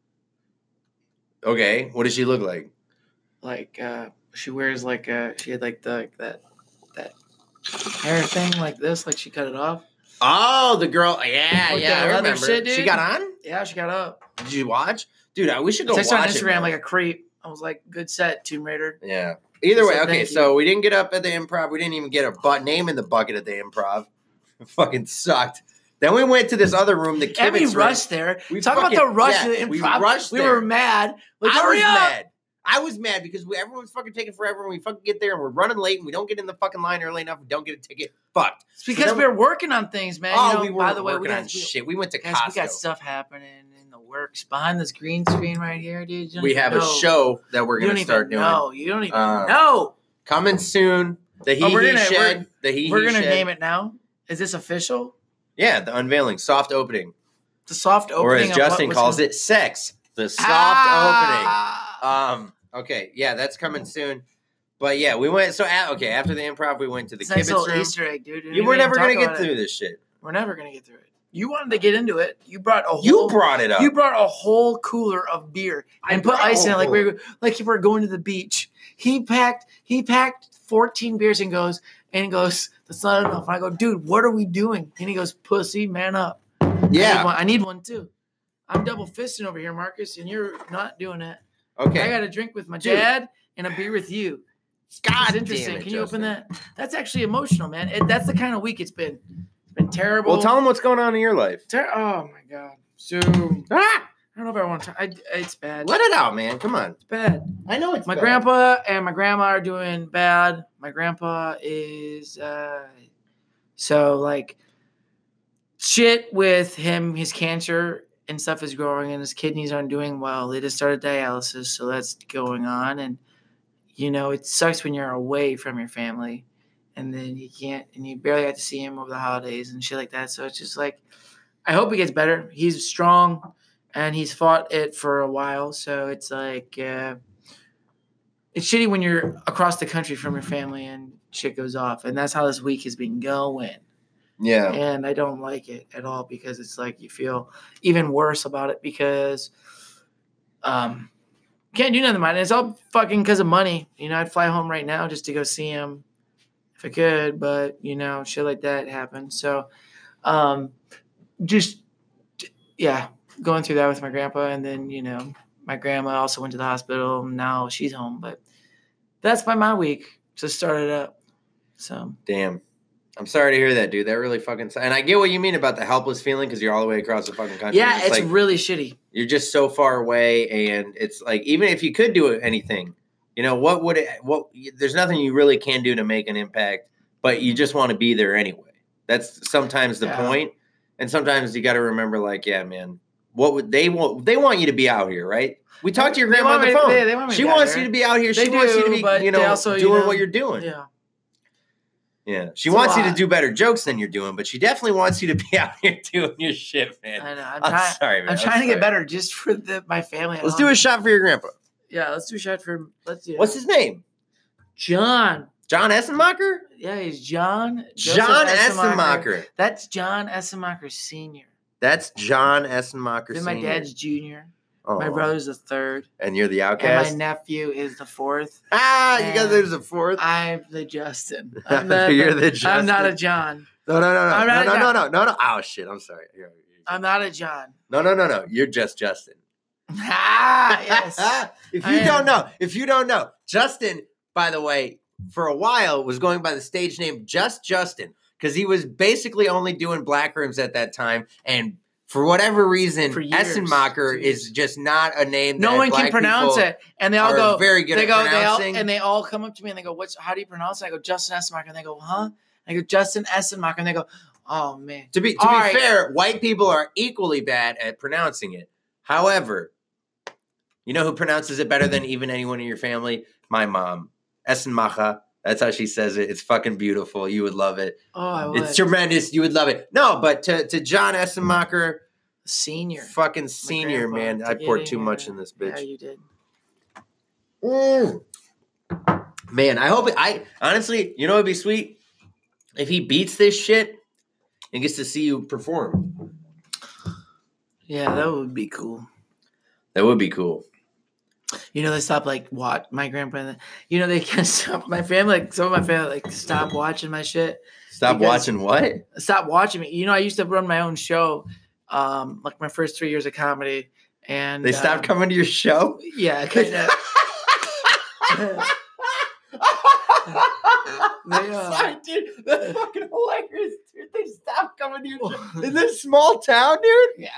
Speaker 2: okay, what does she look like?
Speaker 1: Like, uh, she wears like, uh, she had like the like that that hair thing like this, like she cut it off.
Speaker 2: Oh, the girl. Yeah,
Speaker 1: With
Speaker 2: yeah,
Speaker 1: that
Speaker 2: I
Speaker 1: leather
Speaker 2: remember.
Speaker 1: shit,
Speaker 2: she
Speaker 1: dude?
Speaker 2: got on?
Speaker 1: Yeah, she got up.
Speaker 2: Did you watch? Dude, I, we should go
Speaker 1: Text her on
Speaker 2: watch it,
Speaker 1: Instagram
Speaker 2: man.
Speaker 1: like a creep. I was like, good set, Tomb Raider.
Speaker 2: Yeah. Either
Speaker 1: So
Speaker 2: way, okay.
Speaker 1: thank you.
Speaker 2: So we didn't get up at the improv. We didn't even get a butt name in the bucket at the improv. It fucking sucked. Then we went to this other room. The
Speaker 1: And we
Speaker 2: Kivitz room.
Speaker 1: rushed there.
Speaker 2: We
Speaker 1: Talk about
Speaker 2: fucking-
Speaker 1: the rush
Speaker 2: yeah,
Speaker 1: of the improv.
Speaker 2: we rushed
Speaker 1: We
Speaker 2: there.
Speaker 1: were mad. Like,
Speaker 2: I
Speaker 1: hurry
Speaker 2: was
Speaker 1: up.
Speaker 2: mad. I was mad because we, everyone's fucking taking forever, and we fucking get there, and we're running late, and we don't get in the fucking line early enough. We don't get a ticket. Fucked.
Speaker 1: It's because
Speaker 2: So then-
Speaker 1: we were working on things, man.
Speaker 2: oh,
Speaker 1: you know,
Speaker 2: we were
Speaker 1: by the way, we
Speaker 2: working
Speaker 1: got,
Speaker 2: on
Speaker 1: we,
Speaker 2: shit. We went to
Speaker 1: guys, we got
Speaker 2: Costco.
Speaker 1: stuff happening in the works behind this green screen right here, dude. You
Speaker 2: We,
Speaker 1: don't even
Speaker 2: have a
Speaker 1: know.
Speaker 2: show that we're
Speaker 1: you
Speaker 2: gonna
Speaker 1: don't
Speaker 2: start
Speaker 1: even
Speaker 2: doing.
Speaker 1: know. You don't even
Speaker 2: Um,
Speaker 1: know.
Speaker 2: Coming soon. The he
Speaker 1: Oh, we're
Speaker 2: he
Speaker 1: gonna-
Speaker 2: shed. the he
Speaker 1: We're gonna name it now. Is this official?
Speaker 2: Yeah, the unveiling, soft opening.
Speaker 1: The soft opening,
Speaker 2: or as
Speaker 1: of what
Speaker 2: Justin
Speaker 1: was
Speaker 2: calls
Speaker 1: gonna-
Speaker 2: it, sex. The soft
Speaker 1: Ah!
Speaker 2: opening. Um. Okay. Yeah, that's coming soon. But yeah, we went. So a- okay, after the improv, we went to the
Speaker 1: It's a nice
Speaker 2: kibbutz
Speaker 1: little
Speaker 2: room.
Speaker 1: Easter egg, dude.
Speaker 2: you were never gonna get
Speaker 1: through.
Speaker 2: through this shit.
Speaker 1: We're never gonna get through it. You wanted to get into it. You brought a whole.
Speaker 2: You brought it up.
Speaker 1: You brought a whole cooler of beer
Speaker 2: I
Speaker 1: and put
Speaker 2: brought
Speaker 1: ice in it
Speaker 2: a
Speaker 1: like we
Speaker 2: whole-
Speaker 1: were like you were going to the beach. He packed he packed 14 beers and goes and he goes, that's not enough. And I go, dude, what are we doing? And he goes, pussy, man up. I need
Speaker 2: yeah.
Speaker 1: one, I need one too. I'm double fisting over here, Marcus, and you're not doing it. I
Speaker 2: Okay.
Speaker 1: got a drink with my
Speaker 2: Dude.
Speaker 1: dad and a beer with you.
Speaker 2: God
Speaker 1: It's
Speaker 2: damn
Speaker 1: interesting.
Speaker 2: it,
Speaker 1: Can you
Speaker 2: Justin.
Speaker 1: open that? That's actually emotional, man. It, that's the kind of week it's been. It's been terrible.
Speaker 2: Well, tell him what's going on in your life.
Speaker 1: Ter- oh my god. So I don't
Speaker 2: Ah,
Speaker 1: know if I want to. I, it's bad.
Speaker 2: let it out, man. Come on.
Speaker 1: It's bad.
Speaker 2: I know it's
Speaker 1: My
Speaker 2: bad.
Speaker 1: grandpa and my grandma are doing bad. My grandpa is uh, so like shit with him. His cancer and stuff is growing, and his kidneys aren't doing well. They just started dialysis, so that's going on. And you know, it sucks when you're away from your family, and then you can't, and you barely got to see him over the holidays and shit like that. So it's just like, I hope he gets better. He's strong, and he's fought it for a while. So it's like. Uh, it's shitty when you're across the country from your family and shit goes off. And that's how this week has been going.
Speaker 2: Yeah.
Speaker 1: And I don't like it at all because it's like you feel even worse about it because um can't do nothing about it. It's all fucking because of money. You know, I'd fly home right now just to go see him if I could, but you know, shit like that happened. So um just yeah, going through that with my grandpa and then, you know, my grandma also went to the hospital. Now she's home, but that's by my week. Just started up. So
Speaker 2: Damn. I'm sorry to hear that, dude. That really fucking. su- And I get what you mean about the helpless feeling because you're all the way across the fucking country.
Speaker 1: yeah,
Speaker 2: just
Speaker 1: it's
Speaker 2: like,
Speaker 1: really shitty.
Speaker 2: you're just so far away, and it's like even if you could do anything, you know what would it? What there's nothing you really can do to make an impact, but you just want to be there anyway. That's sometimes the
Speaker 1: Yeah.
Speaker 2: point, and sometimes you got to remember, like, yeah, man, what would they want? They want you to be out here, right? We talked to your
Speaker 1: They
Speaker 2: grandma on
Speaker 1: want
Speaker 2: the
Speaker 1: me-
Speaker 2: phone.
Speaker 1: they- they want me to
Speaker 2: she
Speaker 1: be out
Speaker 2: wants
Speaker 1: here.
Speaker 2: you to be out here.
Speaker 1: They
Speaker 2: she wants you to
Speaker 1: do, but
Speaker 2: be, you
Speaker 1: they
Speaker 2: know,
Speaker 1: also, you
Speaker 2: doing
Speaker 1: know,
Speaker 2: what you're doing.
Speaker 1: Yeah.
Speaker 2: Yeah, she
Speaker 1: It's a
Speaker 2: wants you to
Speaker 1: lot.
Speaker 2: do better jokes than you're doing, but she definitely wants you to be out here doing your shit, man.
Speaker 1: I know. I'm,
Speaker 2: I'm,
Speaker 1: trying.
Speaker 2: sorry, man.
Speaker 1: I'm trying to get
Speaker 2: sorry.
Speaker 1: better just for the, my family.
Speaker 2: Let's do a shot for your grandpa.
Speaker 1: Yeah, let's do a shot for. Let's do.
Speaker 2: What's his name?
Speaker 1: John?
Speaker 2: John Essenmacher?
Speaker 1: Yeah, he's John. Joseph
Speaker 2: John Essenmacher.
Speaker 1: That's John Essenmacher Senior.
Speaker 2: That's John Essenmacher.
Speaker 1: Then my
Speaker 2: Sr..
Speaker 1: dad's junior. My
Speaker 2: Aw.
Speaker 1: brother's the third,
Speaker 2: And you're the
Speaker 1: and
Speaker 2: outcast?
Speaker 1: my nephew is the fourth.
Speaker 2: ah, you got
Speaker 1: and-
Speaker 2: there's a fourth.
Speaker 1: I'm the Justin. I'm the,
Speaker 2: You're the
Speaker 1: I'm not a
Speaker 2: Justin.
Speaker 1: John.
Speaker 2: No, no, no, no.
Speaker 1: I'm
Speaker 2: No,
Speaker 1: not
Speaker 2: no,
Speaker 1: a
Speaker 2: no, no, no, no. Oh, shit. I'm sorry. Here, here.
Speaker 1: I'm not a John.
Speaker 2: No, no, no, no. You're just Justin.
Speaker 1: ah, yes.
Speaker 2: if
Speaker 1: I
Speaker 2: you don't
Speaker 1: am.
Speaker 2: know, if you don't know, Justin, by the way, for a while was going by the stage name Just Justin because he was basically only doing black rooms at that time. And for whatever reason,
Speaker 1: For years.
Speaker 2: Essenmacher is just not a name
Speaker 1: No
Speaker 2: that
Speaker 1: one
Speaker 2: black
Speaker 1: can pronounce
Speaker 2: people
Speaker 1: it, and they all
Speaker 2: are
Speaker 1: go.
Speaker 2: very good
Speaker 1: they
Speaker 2: at
Speaker 1: go, they all,
Speaker 2: pronouncing.
Speaker 1: and they all come up to me and they go, "What's? How do you pronounce it?" I go, "Justin Essenmacher." And they go, "Huh?" I go, "Justin Essenmacher." And they go, "Oh man."
Speaker 2: to be, to be
Speaker 1: All right.
Speaker 2: fair, white people are equally bad at pronouncing it. However, you know who pronounces it better than even anyone in your family? My mom, Essenmacher. That's how she says it. It's fucking beautiful. You would love it.
Speaker 1: Oh, I would.
Speaker 2: It's tremendous. You would love it. No, but to, to John Essenmacher,
Speaker 1: senior.
Speaker 2: fucking senior,
Speaker 1: grandpa.
Speaker 2: man. I
Speaker 1: Yeah,
Speaker 2: poured
Speaker 1: yeah,
Speaker 2: too
Speaker 1: yeah,
Speaker 2: much
Speaker 1: yeah.
Speaker 2: in this
Speaker 1: Yeah,
Speaker 2: bitch.
Speaker 1: you did.
Speaker 2: Mm. Man, I hope it, I honestly, you know, it'd be sweet if he beats this shit and gets to see you perform.
Speaker 1: Yeah, that would be cool.
Speaker 2: That would be cool.
Speaker 1: You know, they stopped like what my grandpa. You know, they can stop my family. Like some of my family, like stop watching my shit.
Speaker 2: Stop
Speaker 1: Because-
Speaker 2: watching what?
Speaker 1: Stop watching me. You know, I used to run my own show, um, like my first three years of comedy, and
Speaker 2: They stopped
Speaker 1: um,
Speaker 2: coming to your show?
Speaker 1: Yeah, kind of. uh, They, uh,
Speaker 2: Sorry, dude. That's fucking hilarious, dude. They stopped coming to your show. In this small town, dude?
Speaker 1: Yeah.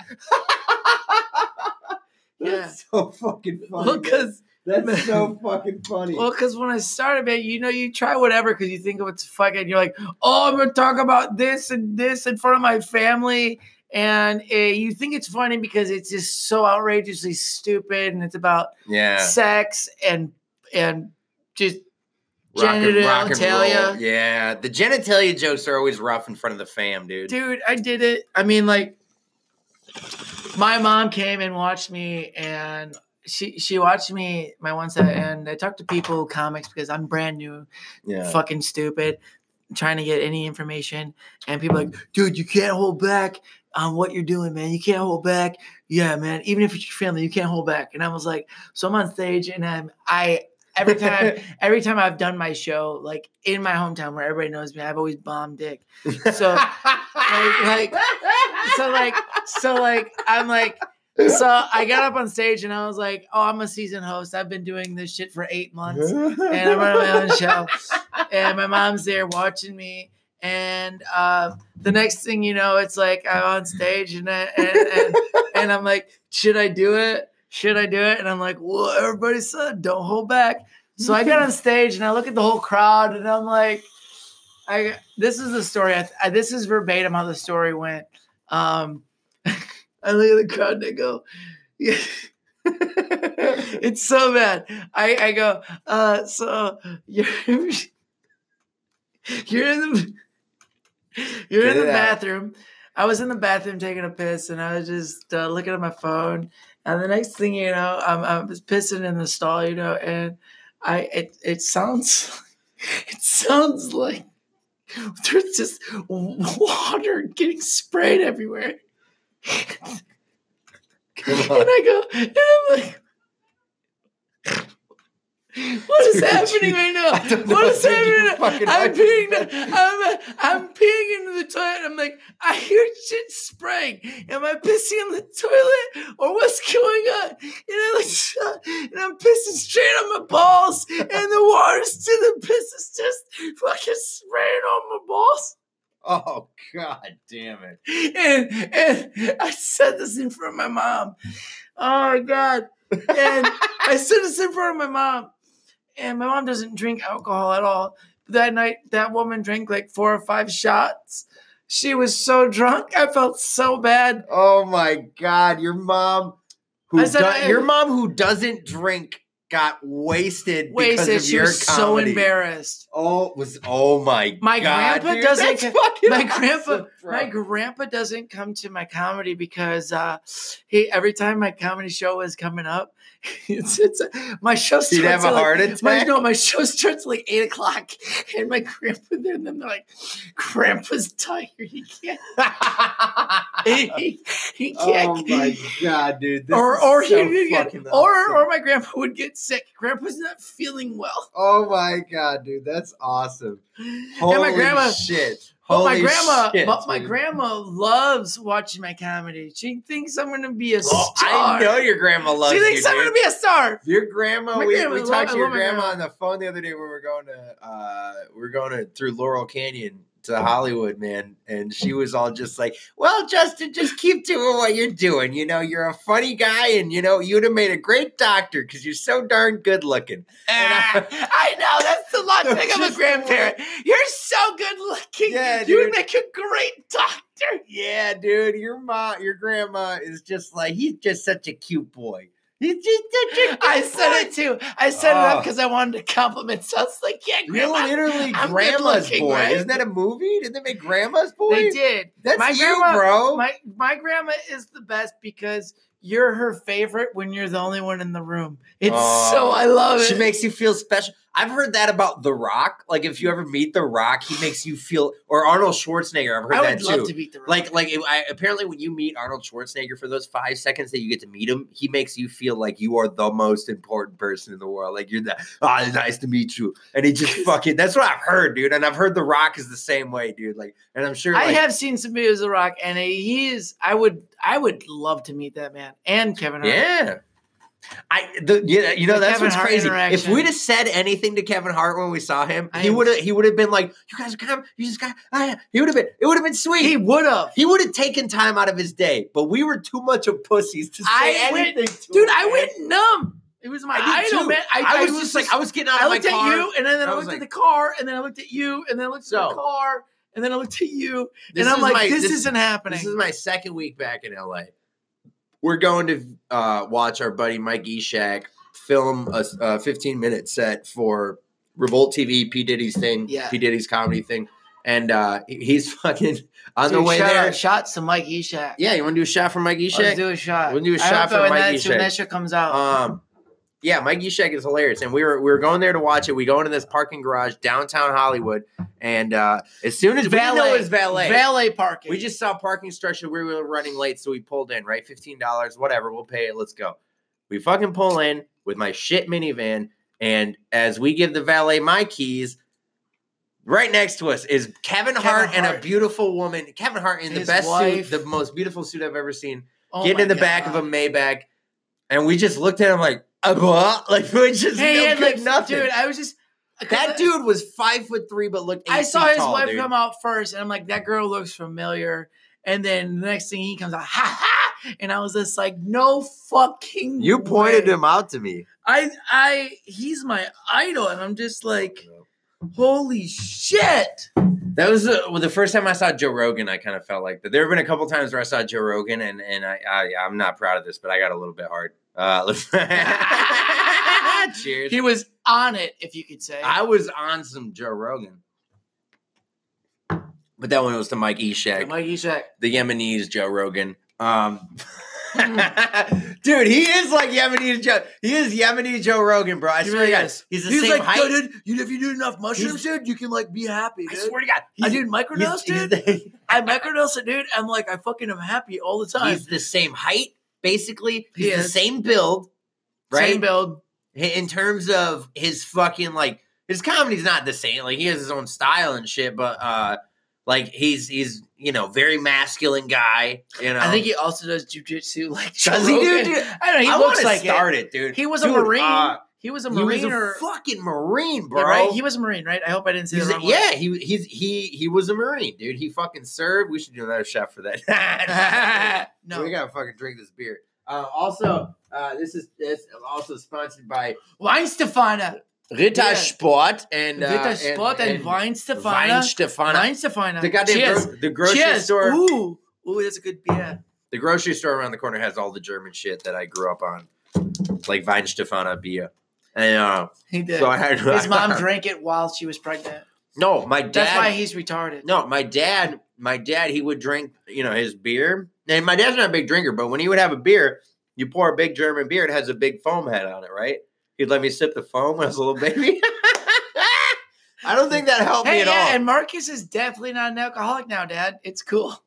Speaker 2: That's so fucking funny.
Speaker 1: Well, because
Speaker 2: That's so fucking funny.
Speaker 1: well, 'cause when I started, man, you know, you try whatever because you think of it's fucking. You're like, oh, I'm gonna talk about this and this in front of my family, and uh, you think it's funny because it's just so outrageously stupid, and it's about
Speaker 2: yeah.
Speaker 1: sex and and just
Speaker 2: Rock and, rock and
Speaker 1: genitalia.
Speaker 2: roll. Yeah. The genitalia jokes are always rough in front of the fam, dude.
Speaker 1: dude, I did it. I mean, like, my mom came and watched me, and she she watched me my one set, and I talked to people, comics, because I'm brand new.
Speaker 2: Yeah.
Speaker 1: fucking stupid, trying to get any information. And people are like, dude, you can't hold back on what you're doing, man. You can't hold back. Yeah, man. Even if it's your family, you can't hold back. And I was like, so I'm on stage and I'm I every time every time I've done my show, like in my hometown where everybody knows me, I've always bombed dick. So like, like so like so like I'm like so I got up on stage and I was like, oh, I'm a seasoned host. I've been doing this shit for eight months and I'm running my own show. And my mom's there watching me. And uh, the next thing you know, it's like I'm on stage and, I, and, and and I'm like, should I do it? Should I do it? And I'm like, well, everybody said don't hold back. So I get on stage and I look at the whole crowd and I'm like, I this is the story. I, I, this is verbatim how the story went. Um, I look at the crowd and I go, yeah. it's so bad. I, I go, uh, so you're you're in the you're
Speaker 2: Get
Speaker 1: in the
Speaker 2: it out.
Speaker 1: bathroom. I was in the bathroom taking a piss, and I was just uh, looking at my phone. And the next thing you know, I'm, I'm just pissing in the stall, you know, and I it it sounds it sounds like there's just water getting sprayed everywhere.
Speaker 2: Come
Speaker 1: and
Speaker 2: on.
Speaker 1: I go, and I'm like, what is
Speaker 2: Dude,
Speaker 1: happening
Speaker 2: you-
Speaker 1: right
Speaker 2: I
Speaker 1: now?
Speaker 2: don't know
Speaker 1: What is
Speaker 2: what you
Speaker 1: happening? right
Speaker 2: fucking
Speaker 1: now? I'm
Speaker 2: like.
Speaker 1: peeing. the- I'm I'm peeing into the toilet. I'm like, I hear shit spraying. Am I pissing in the toilet or what's going on? And I like, and I'm pissing straight on my balls, and the water's to the piss is just fucking spraying on my balls
Speaker 2: Oh god damn it.
Speaker 1: and and I said this in front of my mom. Oh my god! And I said this in front of my mom, and my mom doesn't drink alcohol at all. That night, that woman drank like four or five shots. She was so drunk, I felt so bad.
Speaker 2: Oh my god, your mom who
Speaker 1: I said
Speaker 2: do-
Speaker 1: I-
Speaker 2: your mom who doesn't drink got wasted,
Speaker 1: Wasted.
Speaker 2: because of
Speaker 1: She
Speaker 2: your
Speaker 1: was so
Speaker 2: comedy.
Speaker 1: embarrassed.
Speaker 2: Oh was oh my
Speaker 1: My
Speaker 2: god.
Speaker 1: grandpa
Speaker 2: dude,
Speaker 1: doesn't
Speaker 2: that's
Speaker 1: ca-
Speaker 2: fucking
Speaker 1: my
Speaker 2: awesome,
Speaker 1: grandpa-
Speaker 2: bro.
Speaker 1: My grandpa doesn't come to my comedy because uh, he every time my comedy show is coming up, it's, it's my show starts
Speaker 2: He'd have
Speaker 1: at,
Speaker 2: a
Speaker 1: like,
Speaker 2: heart
Speaker 1: My,
Speaker 2: attack.
Speaker 1: no, my show starts at like eight o'clock, and my grandpa there, and then they're like, "Grandpa's tired. He can't. He, he can't."
Speaker 2: oh my god, dude. This
Speaker 1: or
Speaker 2: is
Speaker 1: or
Speaker 2: so
Speaker 1: he would get,
Speaker 2: fucking
Speaker 1: or or
Speaker 2: awesome.
Speaker 1: my grandpa would get sick. Grandpa's not feeling well.
Speaker 2: Oh my god, dude, that's awesome. Holy
Speaker 1: and my grandma,
Speaker 2: shit.
Speaker 1: but
Speaker 2: Holy
Speaker 1: my grandma,
Speaker 2: shit,
Speaker 1: but my
Speaker 2: dude.
Speaker 1: grandma loves watching my comedy. She thinks I'm gonna be a
Speaker 2: Oh,
Speaker 1: star.
Speaker 2: I know your grandma loves
Speaker 1: she
Speaker 2: you.
Speaker 1: thinks I'm
Speaker 2: dude.
Speaker 1: gonna be a star.
Speaker 2: Your grandma,
Speaker 1: My
Speaker 2: we,
Speaker 1: grandma,
Speaker 2: we
Speaker 1: I
Speaker 2: talked
Speaker 1: love- I
Speaker 2: to your
Speaker 1: love my
Speaker 2: grandma
Speaker 1: grandma.
Speaker 2: on the phone the other day when we were going to uh we were going to through Laurel Canyon to Hollywood, man, and she was all just like, Well, Justin, just keep doing what you're doing. You know, you're a funny guy and you know, you'd have made a great doctor because you're so darn good looking. And I-
Speaker 1: Ah, I know that's the logic of a
Speaker 2: Just-
Speaker 1: grandparent. You're so good looking.
Speaker 2: Yeah,
Speaker 1: you would
Speaker 2: dude.
Speaker 1: make a great doctor.
Speaker 2: Yeah, dude, your mom your grandma is just like he's just such a cute boy. He's just such a cute
Speaker 1: I said
Speaker 2: boy."
Speaker 1: it too. I set it up
Speaker 2: Oh.
Speaker 1: because I wanted to compliment. So I was like, yeah,
Speaker 2: You're
Speaker 1: grandma.
Speaker 2: literally
Speaker 1: I'm good
Speaker 2: grandma's
Speaker 1: looking,
Speaker 2: boy.
Speaker 1: right?
Speaker 2: Isn't that a movie? Didn't they make grandma's boy?
Speaker 1: They did.
Speaker 2: That's
Speaker 1: My
Speaker 2: you,
Speaker 1: grandma-
Speaker 2: bro.
Speaker 1: My my grandma is the best because you're her favorite when you're the only one in the room. It's
Speaker 2: Oh.
Speaker 1: so I love it.
Speaker 2: she makes you feel special. I've heard that about The Rock. Like if you ever meet The Rock, he makes you feel. Or Arnold Schwarzenegger. I've heard
Speaker 1: I
Speaker 2: that
Speaker 1: would love
Speaker 2: too.
Speaker 1: to beat the room.
Speaker 2: like, like I, apparently, when you meet Arnold Schwarzenegger for those five seconds that you get to meet him, he makes you feel like you are the most important person in the world. Like you're the ah, it's nice to meet you, and he just fucking. That's what I've heard, dude. And I've heard The Rock is the same way, dude. Like, and I'm sure,
Speaker 1: I
Speaker 2: like,
Speaker 1: have seen some videos of The Rock, and he is. I would. I would love to meet that man and Kevin Hart.
Speaker 2: Yeah. I the, yeah, you know
Speaker 1: uh, The
Speaker 2: that's
Speaker 1: Kevin
Speaker 2: what's
Speaker 1: Hart
Speaker 2: crazy. If
Speaker 1: interaction.
Speaker 2: we'd have said anything to Kevin Hart when we saw him,
Speaker 1: I
Speaker 2: he
Speaker 1: am-
Speaker 2: would have he would have been like, "You guys come, you just got." I, he would have been it would have been sweet.
Speaker 1: he
Speaker 2: He,
Speaker 1: would have.
Speaker 2: would have taken time out of his day, but we were too much of pussies to say
Speaker 1: I went-
Speaker 2: anything. to
Speaker 1: Dude,
Speaker 2: him,
Speaker 1: I
Speaker 2: man.
Speaker 1: went numb. It was my
Speaker 2: I did
Speaker 1: idol,
Speaker 2: too.
Speaker 1: man. I,
Speaker 2: I, was just like, I was getting out
Speaker 1: I
Speaker 2: of my
Speaker 1: looked at
Speaker 2: car.
Speaker 1: you, and then, then I,
Speaker 2: I was
Speaker 1: looked at
Speaker 2: like-
Speaker 1: the car, and then I looked at you, and then I looked at
Speaker 2: So-
Speaker 1: the car, and then I looked at you,
Speaker 2: This
Speaker 1: and I'm
Speaker 2: is
Speaker 1: like,
Speaker 2: my-
Speaker 1: this, isn't happening.
Speaker 2: This is my second week back in LA. We're going to uh, watch our buddy Mike Eshak film a, s- a 15 minute set for Revolt TV, P Diddy's thing,
Speaker 1: Yeah.
Speaker 2: P Diddy's comedy thing, and uh, he- he's fucking on the
Speaker 1: Dude,
Speaker 2: way
Speaker 1: shout
Speaker 2: there.
Speaker 1: out- shots to Mike Eshak.
Speaker 2: Yeah, you want to do a shot for Mike
Speaker 1: Let's
Speaker 2: Eshak?
Speaker 1: do a shot.
Speaker 2: We'll do a
Speaker 1: I
Speaker 2: shot
Speaker 1: hope
Speaker 2: for
Speaker 1: that when
Speaker 2: Mike
Speaker 1: that,
Speaker 2: Eshak.
Speaker 1: When that shit comes out,
Speaker 2: Um, yeah, Mike Eshak is hilarious, and we were we were going there to watch it. We go into this parking garage downtown Hollywood, and uh, as soon as we know it's valet,
Speaker 1: valet parking.
Speaker 2: We just saw parking structure. We were running late, so we pulled in, right? $15, whatever. We'll pay it. Let's go. We fucking pull in with my shit minivan. And as we give the valet my keys, right next to us is Kevin,
Speaker 1: Kevin
Speaker 2: Hart, and a
Speaker 1: Hart.
Speaker 2: beautiful woman. Kevin Hart in the
Speaker 1: His
Speaker 2: best
Speaker 1: wife.
Speaker 2: suit, the most beautiful suit I've ever seen,
Speaker 1: Oh
Speaker 2: getting
Speaker 1: my
Speaker 2: in the back of
Speaker 1: God.
Speaker 2: a Maybach. And we just looked at him like, uh, what? Like, we just
Speaker 1: Hey,
Speaker 2: no
Speaker 1: and,
Speaker 2: good
Speaker 1: like,
Speaker 2: nothing.
Speaker 1: dude, I was just
Speaker 2: that dude was five foot three, but looked. Eight
Speaker 1: I saw
Speaker 2: feet
Speaker 1: his
Speaker 2: tall,
Speaker 1: wife
Speaker 2: dude.
Speaker 1: come out first, and I'm like, that girl looks familiar. And then the next thing he comes out, ha ha, and I was just like, no fucking.
Speaker 2: You pointed
Speaker 1: way.
Speaker 2: him out to me.
Speaker 1: I I he's my idol, and I'm just like, holy shit.
Speaker 2: That was the, well, the first time I saw Joe Rogan. I kind of felt like that. There have been a couple times where I saw Joe Rogan, and and I, I I'm not proud of this, but I got a little bit hard. Uh, let's- cheers.
Speaker 1: He was on it, if you could say.
Speaker 2: I was on some Joe Rogan, but that one was to Mike Eshak,
Speaker 1: Mike Ishak.
Speaker 2: the Yemenese Joe Rogan. Um, dude, he is like Yemeni Joe. He is Yemeni Joe Rogan, bro. I
Speaker 1: He
Speaker 2: swear
Speaker 1: really
Speaker 2: to God,
Speaker 1: is.
Speaker 2: he's the
Speaker 4: He's
Speaker 2: same
Speaker 4: like,
Speaker 2: height.
Speaker 4: yo, dude, you, if you do enough mushrooms,
Speaker 2: He's-
Speaker 4: dude, you can like be happy.
Speaker 2: I
Speaker 4: Dude.
Speaker 2: swear to God,
Speaker 4: I
Speaker 2: he's,
Speaker 4: did microdose,
Speaker 2: he's- he's
Speaker 4: dude.
Speaker 2: the-
Speaker 4: I microdose it, dude. I'm like, I fucking am happy all the time.
Speaker 2: He's the same height, basically.
Speaker 1: He
Speaker 2: He's the
Speaker 1: is.
Speaker 2: same build, right?
Speaker 1: Same build.
Speaker 2: In terms of his fucking like his comedy's not the same. Like he has his own style and shit, but uh like he's he's you know very masculine guy. You know,
Speaker 1: I think he also does jujitsu. Like
Speaker 2: does
Speaker 1: Joe
Speaker 2: he do?
Speaker 1: Rogan.
Speaker 2: Dude,
Speaker 1: I don't know. He
Speaker 2: I
Speaker 1: looks
Speaker 2: wanna
Speaker 1: like it.
Speaker 2: start it. dude.
Speaker 1: He was a
Speaker 2: Dude,
Speaker 1: marine.
Speaker 2: uh,
Speaker 1: he was a
Speaker 2: he was
Speaker 1: marine
Speaker 2: a
Speaker 1: or
Speaker 2: fucking marine, bro.
Speaker 1: yeah, right? He was a marine, right? I hope I didn't say
Speaker 2: He's
Speaker 1: the
Speaker 2: a,
Speaker 1: wrong word.
Speaker 2: yeah, he he's he he was a marine, dude. He fucking served. We should do another shot for that.
Speaker 1: No.
Speaker 2: we gotta fucking drink this beer. Uh, also, uh, this is it's also sponsored by
Speaker 1: Wine Stefana.
Speaker 2: Ritter
Speaker 1: Yeah.
Speaker 2: Sport and uh,
Speaker 1: Vita Sport and, Wine
Speaker 2: Wein
Speaker 1: Stefana.
Speaker 2: Stefana.
Speaker 1: Wine Stefana.
Speaker 2: The goddamn
Speaker 1: Cheers.
Speaker 2: gro- the grocery
Speaker 1: Cheers.
Speaker 2: store.
Speaker 1: Ooh. Ooh, that's a good beer.
Speaker 2: The grocery store around the corner has all the German shit that I grew up on, like Wein Stefana beer. And uh,
Speaker 1: He did.
Speaker 2: so I had
Speaker 1: His mom drank it while she was pregnant.
Speaker 2: No, my dad.
Speaker 1: That's why he's retarded.
Speaker 2: No, my dad, my dad, he would drink, you know, his beer. And my dad's not a big drinker, but when he would have a beer, you pour a big German beer, it has a big foam head on it, right? He'd let me sip the foam when I was a little baby. I don't think that helped me
Speaker 1: Hey,
Speaker 2: at
Speaker 1: yeah,
Speaker 2: all.
Speaker 1: and Marcus is definitely not an alcoholic now, Dad. It's cool.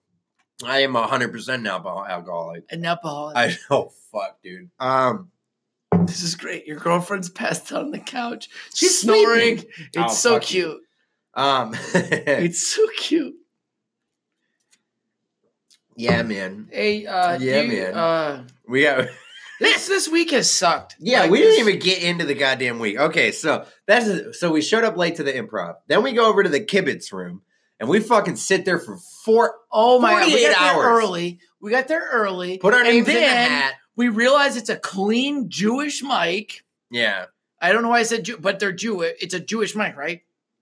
Speaker 2: I am 100% now alcohol- alcoholic.
Speaker 1: An alcoholic.
Speaker 2: I oh fuck, dude. Um,
Speaker 1: this is great. Your girlfriend's passed out on the couch. She's
Speaker 2: Sleeping.
Speaker 1: snoring. It's
Speaker 2: Oh,
Speaker 1: so
Speaker 2: fuck you.
Speaker 1: cute.
Speaker 2: um,
Speaker 1: It's so cute.
Speaker 2: yeah, man.
Speaker 1: Hey, uh,
Speaker 2: Yeah,
Speaker 1: you,
Speaker 2: man.
Speaker 1: Uh,
Speaker 2: We got
Speaker 1: this this week has sucked.
Speaker 2: Yeah,
Speaker 1: Like,
Speaker 2: we
Speaker 1: this-
Speaker 2: didn't even get into the goddamn week. Okay, so that's so we showed up late to the improv. Then we go over to the kibitz room and we fucking sit there for four.
Speaker 1: Oh my god, we
Speaker 2: 48
Speaker 1: got there
Speaker 2: hours.
Speaker 1: early. We got there early.
Speaker 2: Put our
Speaker 1: And
Speaker 2: names in the
Speaker 1: then
Speaker 2: hat.
Speaker 1: We realize it's a clean Jewish mic.
Speaker 2: Yeah,
Speaker 1: I don't know why I said, Jew, but they're Jewish. It's a Jewish mic, right?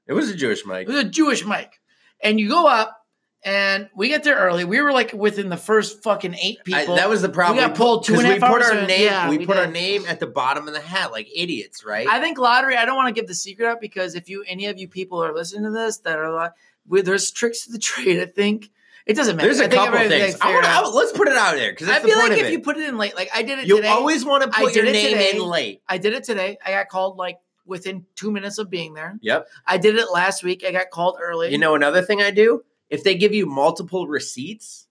Speaker 2: it was a Jewish mic.
Speaker 1: It was a Jewish mic. And you go up, and we get there early. We were like within the first fucking eight
Speaker 2: I-
Speaker 1: people.
Speaker 2: that was the problem.
Speaker 1: got pulled two
Speaker 2: 'cause
Speaker 1: and a half
Speaker 2: We put
Speaker 1: hours
Speaker 2: our
Speaker 1: in.
Speaker 2: name.
Speaker 1: Yeah,
Speaker 2: we,
Speaker 1: we
Speaker 2: put our
Speaker 1: did.
Speaker 2: name at the bottom of the hat like idiots, right?
Speaker 1: I think lottery. I don't want to give the secret up because if you, any of you people are listening to this that are like, we- there's tricks to the trade. I think it doesn't matter.
Speaker 2: There's
Speaker 1: a
Speaker 2: a couple things. I wanna, I- let's put it out there because
Speaker 1: I
Speaker 2: that's
Speaker 1: feel
Speaker 2: the point
Speaker 1: like
Speaker 2: of
Speaker 1: if
Speaker 2: it.
Speaker 1: you put it in late, like I did it
Speaker 2: You
Speaker 1: today.
Speaker 2: always want to
Speaker 1: I
Speaker 2: put
Speaker 1: did
Speaker 2: your
Speaker 1: it
Speaker 2: name
Speaker 1: today.
Speaker 2: in late.
Speaker 1: I did it today. I got called like within two minutes of being there.
Speaker 2: Yep.
Speaker 1: I did it last week. I got called early.
Speaker 2: You know another thing I do? If they give you multiple receipts,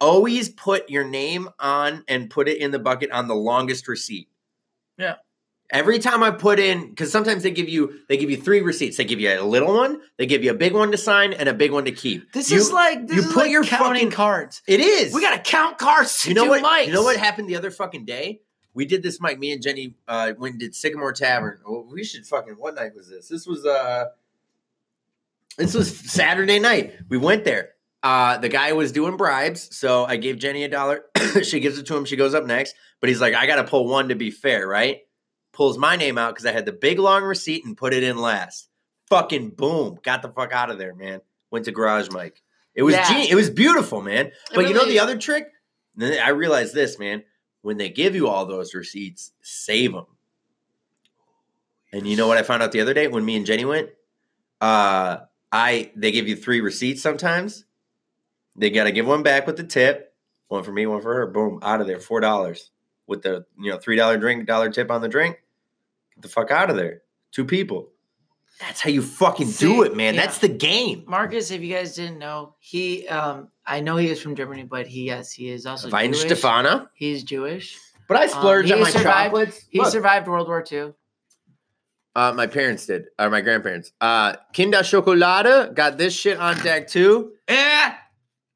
Speaker 2: always put your name on and put it in the bucket on the longest receipt.
Speaker 1: Yeah.
Speaker 2: Every time I put in cuz sometimes they give you they give you 3 receipts. They give you a little one, they give you a big one to sign and a big one to keep.
Speaker 1: this
Speaker 2: You-
Speaker 1: is like this
Speaker 2: you
Speaker 1: is
Speaker 2: put
Speaker 1: like
Speaker 2: your
Speaker 1: counting
Speaker 2: fucking-
Speaker 1: cards.
Speaker 2: It is.
Speaker 1: We gotta count cards. To
Speaker 2: You know
Speaker 1: do
Speaker 2: what?
Speaker 1: mics.
Speaker 2: You know what happened the other fucking day? We did this mic me and Jenny uh when we did Sycamore Tavern. Well, we should fucking what night was this? This was uh This was Saturday night. We went there. Uh, the guy was doing bribes, so I gave Jenny a dollar. she gives it to him. She goes up next, but he's like, "I got to pull one to be fair, right?" Pulls my name out because I had the big long receipt and put it in last. Fucking boom! Got the fuck out of there, man. Went to garage mic. It was
Speaker 1: Yeah.
Speaker 2: geni- it was beautiful, man. But you know
Speaker 1: really
Speaker 2: the other trick. Then I realized this, man. When they give you all those receipts, save them. And you know what I found out the other day when me and Jenny went? Uh, I they give you three receipts sometimes. They gotta give one back with the tip, one for me, one for her. Boom, out of there, four dollars with the you know three dollar drink, dollar tip on the drink. Get the fuck out of there. Two people. That's how you fucking do
Speaker 1: See,
Speaker 2: it, man.
Speaker 1: yeah.
Speaker 2: That's the game.
Speaker 1: Marcus, if you guys didn't know, he um I know he is from Germany, but he yes, he is also
Speaker 2: Vine
Speaker 1: Jewish.
Speaker 2: Stefano.
Speaker 1: He's Jewish.
Speaker 2: But I splurged
Speaker 1: Um, he
Speaker 2: on my
Speaker 1: survived-
Speaker 2: chocolates.
Speaker 1: He
Speaker 2: Look.
Speaker 1: survived World War II.
Speaker 2: Uh, my parents did, or my grandparents. Uh, Kinder Chocolata got this shit on deck too.
Speaker 1: Eh,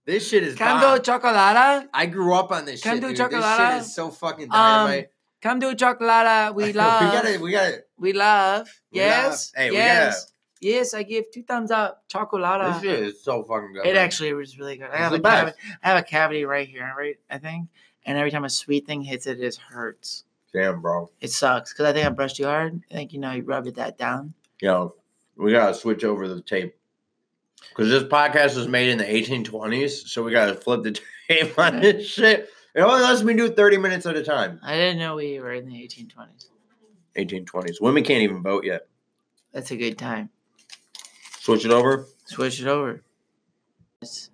Speaker 2: This shit is
Speaker 1: come
Speaker 2: bomb.
Speaker 1: do chocolata.
Speaker 2: I grew up on this shit,
Speaker 1: Can do
Speaker 2: dude. This
Speaker 1: chocolata.
Speaker 2: shit is so fucking
Speaker 1: Um,
Speaker 2: dynamite.
Speaker 1: come do chocolata. We love.
Speaker 2: we gotta, we gotta.
Speaker 1: We love.
Speaker 2: We
Speaker 1: Yes.
Speaker 2: love- hey, we
Speaker 1: yes. Yes, I give two thumbs up. Chocolata.
Speaker 2: this shit is so fucking good.
Speaker 1: Uh, It
Speaker 2: man.
Speaker 1: actually was really good. I
Speaker 2: It's
Speaker 1: have,
Speaker 2: the
Speaker 1: a cavity,
Speaker 2: best.
Speaker 1: I have a cavity right here, right? I think. And every time a sweet thing hits it, it just hurts.
Speaker 2: Damn, bro.
Speaker 1: It sucks because I think I brushed too hard. I think you know you rubbed that down.
Speaker 2: Yo, we gotta switch over the tape because this podcast was made in the 1820s, so we gotta flip the tape on this shit. It only lets me do 30 minutes at a time.
Speaker 1: I didn't know we were in the 1820s.
Speaker 2: 1820s. Women can't even vote yet.
Speaker 1: That's a good time.
Speaker 2: Switch it over.
Speaker 1: Switch it over. It's-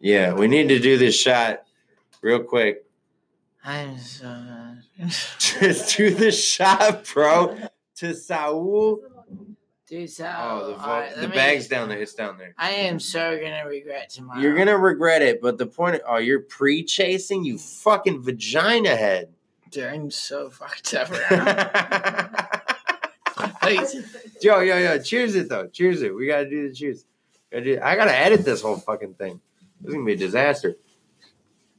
Speaker 2: Yeah, we need to do this shot real quick.
Speaker 1: I'm so mad.
Speaker 2: Just to the shop, bro. To Saul.
Speaker 1: Dude, so
Speaker 2: Oh, the, vo-
Speaker 1: alright,
Speaker 2: the
Speaker 1: Oh, let me-
Speaker 2: bag's down there. It's down there.
Speaker 1: I am so gonna regret tomorrow.
Speaker 2: You're gonna regret it, but the point oh, you're pre-chasing, you fucking vagina head.
Speaker 1: Dude, I'm so fucked up. right now.
Speaker 2: yo,
Speaker 1: like,
Speaker 2: yo, yo, cheers it though. Cheers it. We gotta do the cheers. Gotta do- I gotta edit this whole fucking thing. This is gonna be a disaster.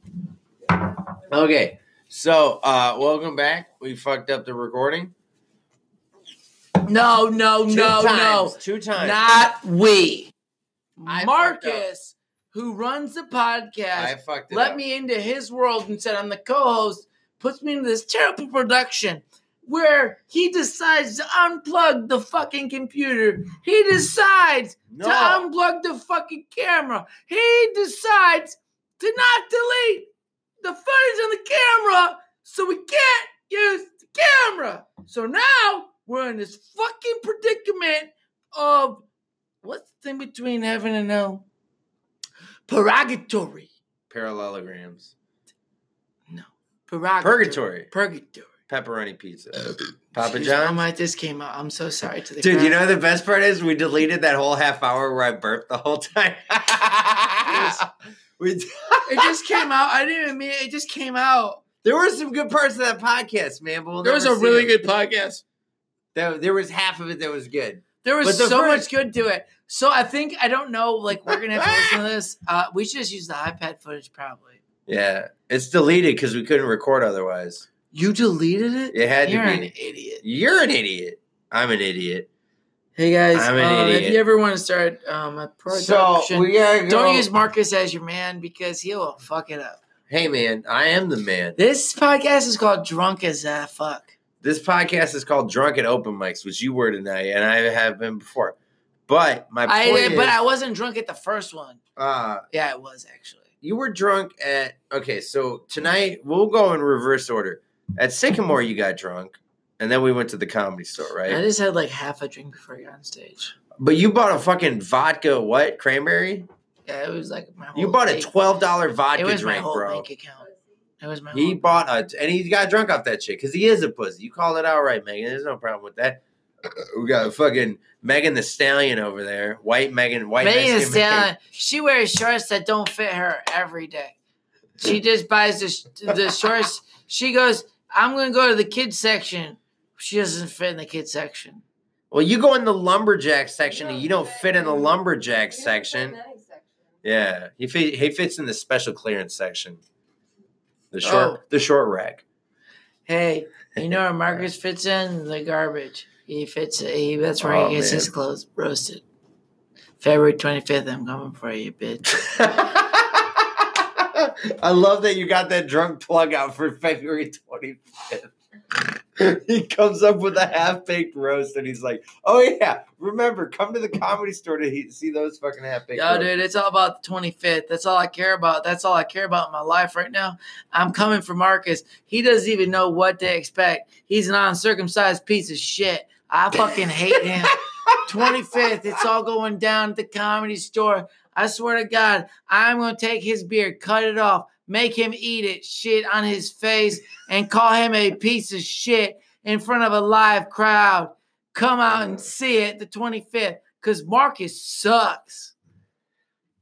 Speaker 2: Okay, so uh welcome back. We fucked up the recording.
Speaker 1: no, no,
Speaker 2: Two
Speaker 1: no,
Speaker 2: times, Two
Speaker 1: no,
Speaker 2: times.
Speaker 1: not we.
Speaker 2: I fucked up.
Speaker 1: Marcus, who runs the
Speaker 2: I
Speaker 1: podcast,
Speaker 2: fucked it
Speaker 1: let
Speaker 2: up.
Speaker 1: me into his world and said I'm the co-host. Puts me into this terrible production where he decides to unplug the fucking computer. He decides to
Speaker 2: no.
Speaker 1: unplug the fucking camera. He decides to not delete the footage on the camera, so we can't use the camera. So now we're in this fucking predicament of what's the thing between heaven and hell? Purgatory.
Speaker 2: Parallelograms.
Speaker 1: Purgatory.
Speaker 2: Purgatory.
Speaker 1: Purgatory.
Speaker 2: Pepperoni pizza. Papa
Speaker 1: Excuse
Speaker 2: John's.
Speaker 1: me, My this came out. I'm so sorry to the
Speaker 2: Dude, you
Speaker 1: crowd.
Speaker 2: know the best part is we deleted that whole half hour where I burped the whole time. we,
Speaker 1: it just came out. I didn't even mean it. It just came out.
Speaker 2: there were some good parts of that podcast, man. But we'll
Speaker 1: there was a
Speaker 2: never see
Speaker 1: really
Speaker 2: it.
Speaker 1: good podcast.
Speaker 2: There, there was half of it that was good.
Speaker 1: There was
Speaker 2: But the
Speaker 1: so much
Speaker 2: first-
Speaker 1: good to it. So I think I don't know. Like we're gonna have to listen to this. Uh, we should just use the iPad footage probably.
Speaker 2: Yeah, it's deleted because we couldn't record otherwise.
Speaker 1: You deleted it.
Speaker 2: It had
Speaker 1: You're
Speaker 2: to
Speaker 1: an
Speaker 2: be.
Speaker 1: idiot.
Speaker 2: You're an idiot. I'm an idiot.
Speaker 1: Hey guys,
Speaker 2: I'm an
Speaker 1: um, if
Speaker 2: idiot.
Speaker 1: you ever want to start um, a
Speaker 2: So
Speaker 1: production,
Speaker 2: we gotta go.
Speaker 1: don't use Marcus as your man because he will fuck it up.
Speaker 2: Hey, man, I am the man.
Speaker 1: This podcast is called Drunk as a Fuck.
Speaker 2: This podcast is called Drunken Open Mics, which you were tonight, and I have been before. But my
Speaker 1: I
Speaker 2: point is,
Speaker 1: but I wasn't drunk at the first one.
Speaker 2: uh,
Speaker 1: Yeah, I was actually.
Speaker 2: you were drunk at okay so tonight we'll go in reverse order at sycamore you got drunk and then we went to the comedy store
Speaker 1: I
Speaker 2: right
Speaker 1: just had like half a drink before I got on stage.
Speaker 2: but you bought a fucking vodka what cranberry
Speaker 1: Yeah, it was like my whole
Speaker 2: you bought a
Speaker 1: bank-
Speaker 2: $12
Speaker 1: It
Speaker 2: vodka
Speaker 1: was my
Speaker 2: drink
Speaker 1: whole
Speaker 2: bro
Speaker 1: bank account. It was my
Speaker 2: he
Speaker 1: whole
Speaker 2: bought a and he got drunk off that shit because he is a pussy you called it out right megan there's no problem with that we got fucking megan the stallion over there white megan white
Speaker 1: Megan Thee
Speaker 2: Mexican
Speaker 1: Stallion, she wears shorts that don't fit her every day. She just buys the, sh- the shorts. She goes, I'm going to go to the kids section. She doesn't fit in the kids section.
Speaker 2: well you go in the lumberjack section and you don't fit in the lumberjack section Yeah, he fit, he fits in the special clearance section. The short
Speaker 1: Oh.
Speaker 2: the short rack.
Speaker 1: Hey, you know where Marcus fits in? The garbage. He fits, he, that's where
Speaker 2: Oh,
Speaker 1: he gets his
Speaker 2: man.
Speaker 1: clothes roasted. February 25th, I'm coming for you, bitch.
Speaker 2: I love that you got that drunk plug out for February 25th. he comes up with a half baked roast and he's like, "Oh yeah, remember, come to the comedy store to he- see those fucking half baked."
Speaker 1: Yo, dude, it's all about the 25th. That's all I care about. That's all I care about in my life right now. I'm coming for Marcus. He doesn't even know what to expect. He's an uncircumcised piece of shit. I fucking hate him. 25th, it's all going down at the comedy store. I swear to God, I'm going to take his beard, cut it off, make him eat it, shit on his face, and call him a piece of shit in front of a live crowd. Come out and see it the 25th because Marcus sucks.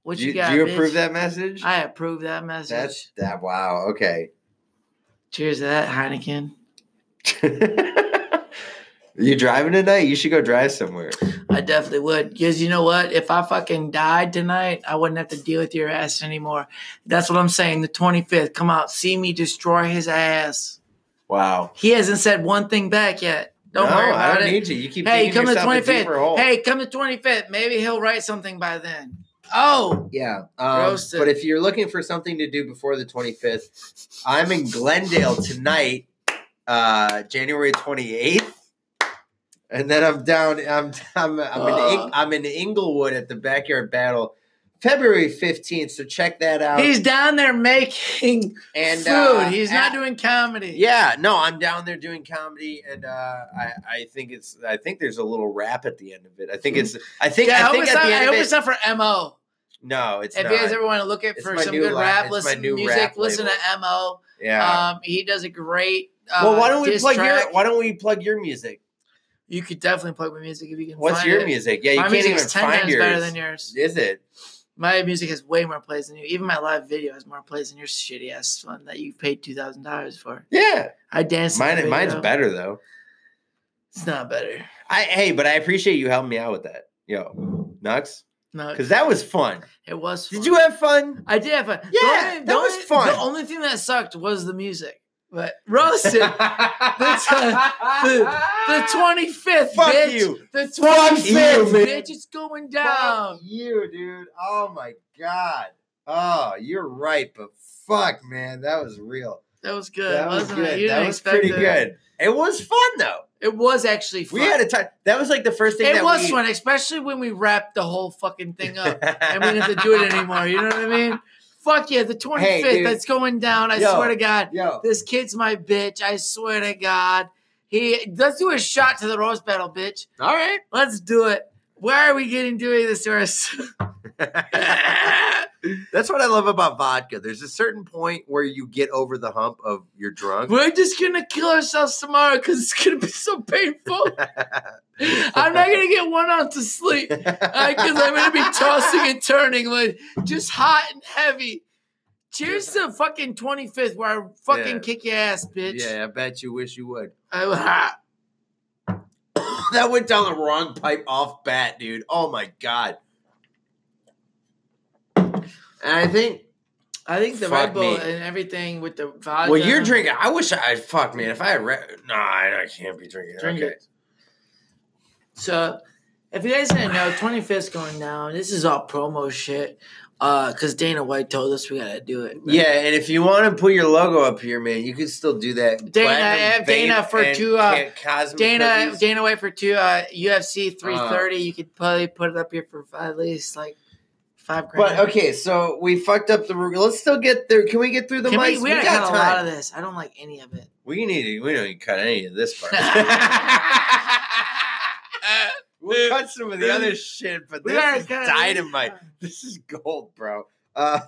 Speaker 1: What
Speaker 2: do
Speaker 1: you,
Speaker 2: you,
Speaker 1: got?
Speaker 2: do you
Speaker 1: bitch?
Speaker 2: approve that message?
Speaker 1: I approve that message.
Speaker 2: That's that. Wow. Okay.
Speaker 1: Cheers to that, Heineken.
Speaker 2: you driving tonight? You should go drive somewhere.
Speaker 1: I definitely would. Because you know what? If I fucking died tonight, I wouldn't have to deal with your ass anymore. That's what I'm saying. The 25th, come out, see me destroy his ass.
Speaker 2: Wow.
Speaker 1: He hasn't said one thing back yet. Don't
Speaker 2: No,
Speaker 1: worry about
Speaker 2: I don't
Speaker 1: it.
Speaker 2: need you. You keep
Speaker 1: Hey,
Speaker 2: digging
Speaker 1: come to the
Speaker 2: yourself a
Speaker 1: 25th.
Speaker 2: deeper hole.
Speaker 1: Hey, come the 25th. Maybe he'll write something by then. Oh,
Speaker 2: Yeah. Um,
Speaker 1: Roasted.
Speaker 2: but if you're looking for something to do before the 25th, I'm in Glendale tonight, uh, January 28th. And then I'm down. I'm I'm I'm in
Speaker 1: Ugh.
Speaker 2: Ing- I'm in Inglewood at the Backyard Battle, February 15th. So check that out.
Speaker 1: he's down there making
Speaker 2: and
Speaker 1: food.
Speaker 2: uh,
Speaker 1: he's not
Speaker 2: at-
Speaker 1: doing comedy.
Speaker 2: Yeah, no, I'm down there doing comedy, and uh, I I think it's I think there's a little rap at the end of it. I think it's I think
Speaker 1: Hmm. Yeah, I,
Speaker 2: I
Speaker 1: hope
Speaker 2: think
Speaker 1: it's
Speaker 2: at
Speaker 1: not,
Speaker 2: the
Speaker 1: I
Speaker 2: end
Speaker 1: hope
Speaker 2: of it,
Speaker 1: it's not for MO.
Speaker 2: No, it's
Speaker 1: if
Speaker 2: not.
Speaker 1: you guys ever want to look at
Speaker 2: It's
Speaker 1: for
Speaker 2: my
Speaker 1: some
Speaker 2: new
Speaker 1: good
Speaker 2: la-
Speaker 1: rap,
Speaker 2: it's my
Speaker 1: listen to
Speaker 2: new
Speaker 1: music,
Speaker 2: rap
Speaker 1: listen
Speaker 2: label.
Speaker 1: to Mo.
Speaker 2: yeah.
Speaker 1: Um, he does a great. Uh,
Speaker 2: well, why don't we
Speaker 1: diss
Speaker 2: plug your
Speaker 1: track.
Speaker 2: Why don't we plug your music?
Speaker 1: You could definitely plug my music if you can.
Speaker 2: What's
Speaker 1: find
Speaker 2: your
Speaker 1: it.
Speaker 2: music? Yeah, you
Speaker 1: my
Speaker 2: can't
Speaker 1: music
Speaker 2: even
Speaker 1: is ten
Speaker 2: find
Speaker 1: times
Speaker 2: yours.
Speaker 1: better than yours.
Speaker 2: Is it?
Speaker 1: My music has way more plays than you. Even my live video has more plays than your shitty ass one that you paid two thousand dollars for.
Speaker 2: Yeah,
Speaker 1: I danced. in the
Speaker 2: mine. Mine's
Speaker 1: video.
Speaker 2: better though.
Speaker 1: It's not better.
Speaker 2: I hey, but I appreciate you helping me out with that, yo, Nux,
Speaker 1: No,
Speaker 2: because that was fun.
Speaker 1: it was.
Speaker 2: Did
Speaker 1: fun.
Speaker 2: you have fun?
Speaker 1: I did have fun. The
Speaker 2: Yeah,
Speaker 1: only- the
Speaker 2: that was
Speaker 1: only-
Speaker 2: fun.
Speaker 1: The only thing that sucked was the music. But roasted uh, the twenty fifth.
Speaker 2: Fuck
Speaker 1: bitch.
Speaker 2: you.
Speaker 1: The
Speaker 2: Fuck
Speaker 1: twenty fifth,
Speaker 2: you, man.
Speaker 1: bitch. It's going
Speaker 2: Fuck
Speaker 1: down.
Speaker 2: you, dude. Oh my god. Oh, you're right, but fuck, man, that was real.
Speaker 1: That was good,
Speaker 2: That was
Speaker 1: Uh, wasn't it?
Speaker 2: good.
Speaker 1: You
Speaker 2: That
Speaker 1: didn't
Speaker 2: was
Speaker 1: expect
Speaker 2: pretty
Speaker 1: it.
Speaker 2: good. It was fun though.
Speaker 1: It was actually fun.
Speaker 2: We had a time. That was like the first thing.
Speaker 1: it
Speaker 2: that
Speaker 1: was
Speaker 2: we,
Speaker 1: fun, especially when we wrapped the whole fucking thing up. and we didn't have to do it anymore. You know what I mean? Fuck yeah, the 25th,
Speaker 2: dude.
Speaker 1: that's going down. I
Speaker 2: Yo.
Speaker 1: swear to God.
Speaker 2: Yo,
Speaker 1: This kid's my bitch. I swear to God. He let's do a shot to the roast battle, bitch.
Speaker 2: all right.
Speaker 1: Let's do it. Why are we getting doing this to us?
Speaker 2: That's what I love about vodka. There's a certain point where you get over the hump of you're drunk.
Speaker 1: We're just gonna kill ourselves tomorrow because it's gonna be so painful. I'm not gonna get one ounce of sleep. because I'm gonna be tossing and turning, like just hot and heavy. Cheers to the fucking 25th, where I fucking
Speaker 2: Yeah.
Speaker 1: kick your ass, bitch.
Speaker 2: Yeah, I bet you wish you would.
Speaker 1: I was hot.
Speaker 2: that went down the wrong pipe off bat, dude. Oh my god. And I think
Speaker 1: I think the
Speaker 2: Fuck
Speaker 1: Red Bull
Speaker 2: me.
Speaker 1: and everything with the vodka.
Speaker 2: well, you're drinking. I wish I fuck man. If I had re- no, I, I can't be drinking.
Speaker 1: Drink
Speaker 2: okay.
Speaker 1: So, if you guys didn't know, 25th's going down. This is all promo shit. Uh, cause Dana White told us we gotta do it. man.
Speaker 2: Yeah, and if you want to put your logo up here, man, you can still do that.
Speaker 1: Dana,
Speaker 2: Platinum
Speaker 1: I have
Speaker 2: vape
Speaker 1: Dana for
Speaker 2: and
Speaker 1: two, uh,
Speaker 2: ca- cosmic
Speaker 1: Dana,
Speaker 2: cookies.
Speaker 1: Dana White for two uh, UFC
Speaker 2: Uh.
Speaker 1: 330. you could probably put it up here for at least like five grand.
Speaker 2: But okay, so we fucked up the. ru- Let's still get there. Can we get through the
Speaker 1: Can
Speaker 2: mics?
Speaker 1: we, we, gotta cut a lot of this. I don't like any of it.
Speaker 2: We need. To, we don't need to cut any of this part. we'll cut some of the other shit, but
Speaker 1: We
Speaker 2: this
Speaker 1: gotta
Speaker 2: is
Speaker 1: cut-
Speaker 2: dynamite. This is gold, bro. Uh,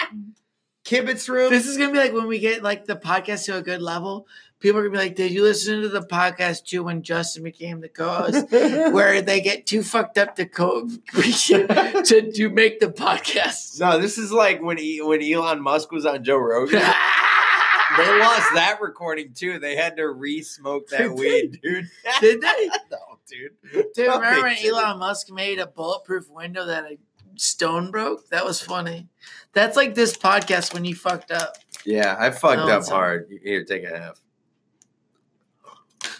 Speaker 2: Kibitz room.
Speaker 1: This is gonna be like when we get like the podcast to a good level. People are gonna be like, "Did you listen to the podcast too when Justin became the co-host, where they get too fucked up to co to to make the podcast?"
Speaker 2: no, this is like when e- when Elon Musk was on Joe Rogan. They lost that recording too. They had to re-smoke that weed, dude.
Speaker 1: Did they?
Speaker 2: no, dude.
Speaker 1: Dude,
Speaker 2: No,
Speaker 1: remember
Speaker 2: they
Speaker 1: when
Speaker 2: didn't.
Speaker 1: Elon Musk made a bulletproof window that a stone broke? That was funny. That's like this podcast when you fucked up.
Speaker 2: Yeah, I fucked
Speaker 1: Oh,
Speaker 2: up
Speaker 1: so-
Speaker 2: hard. Here, take a half.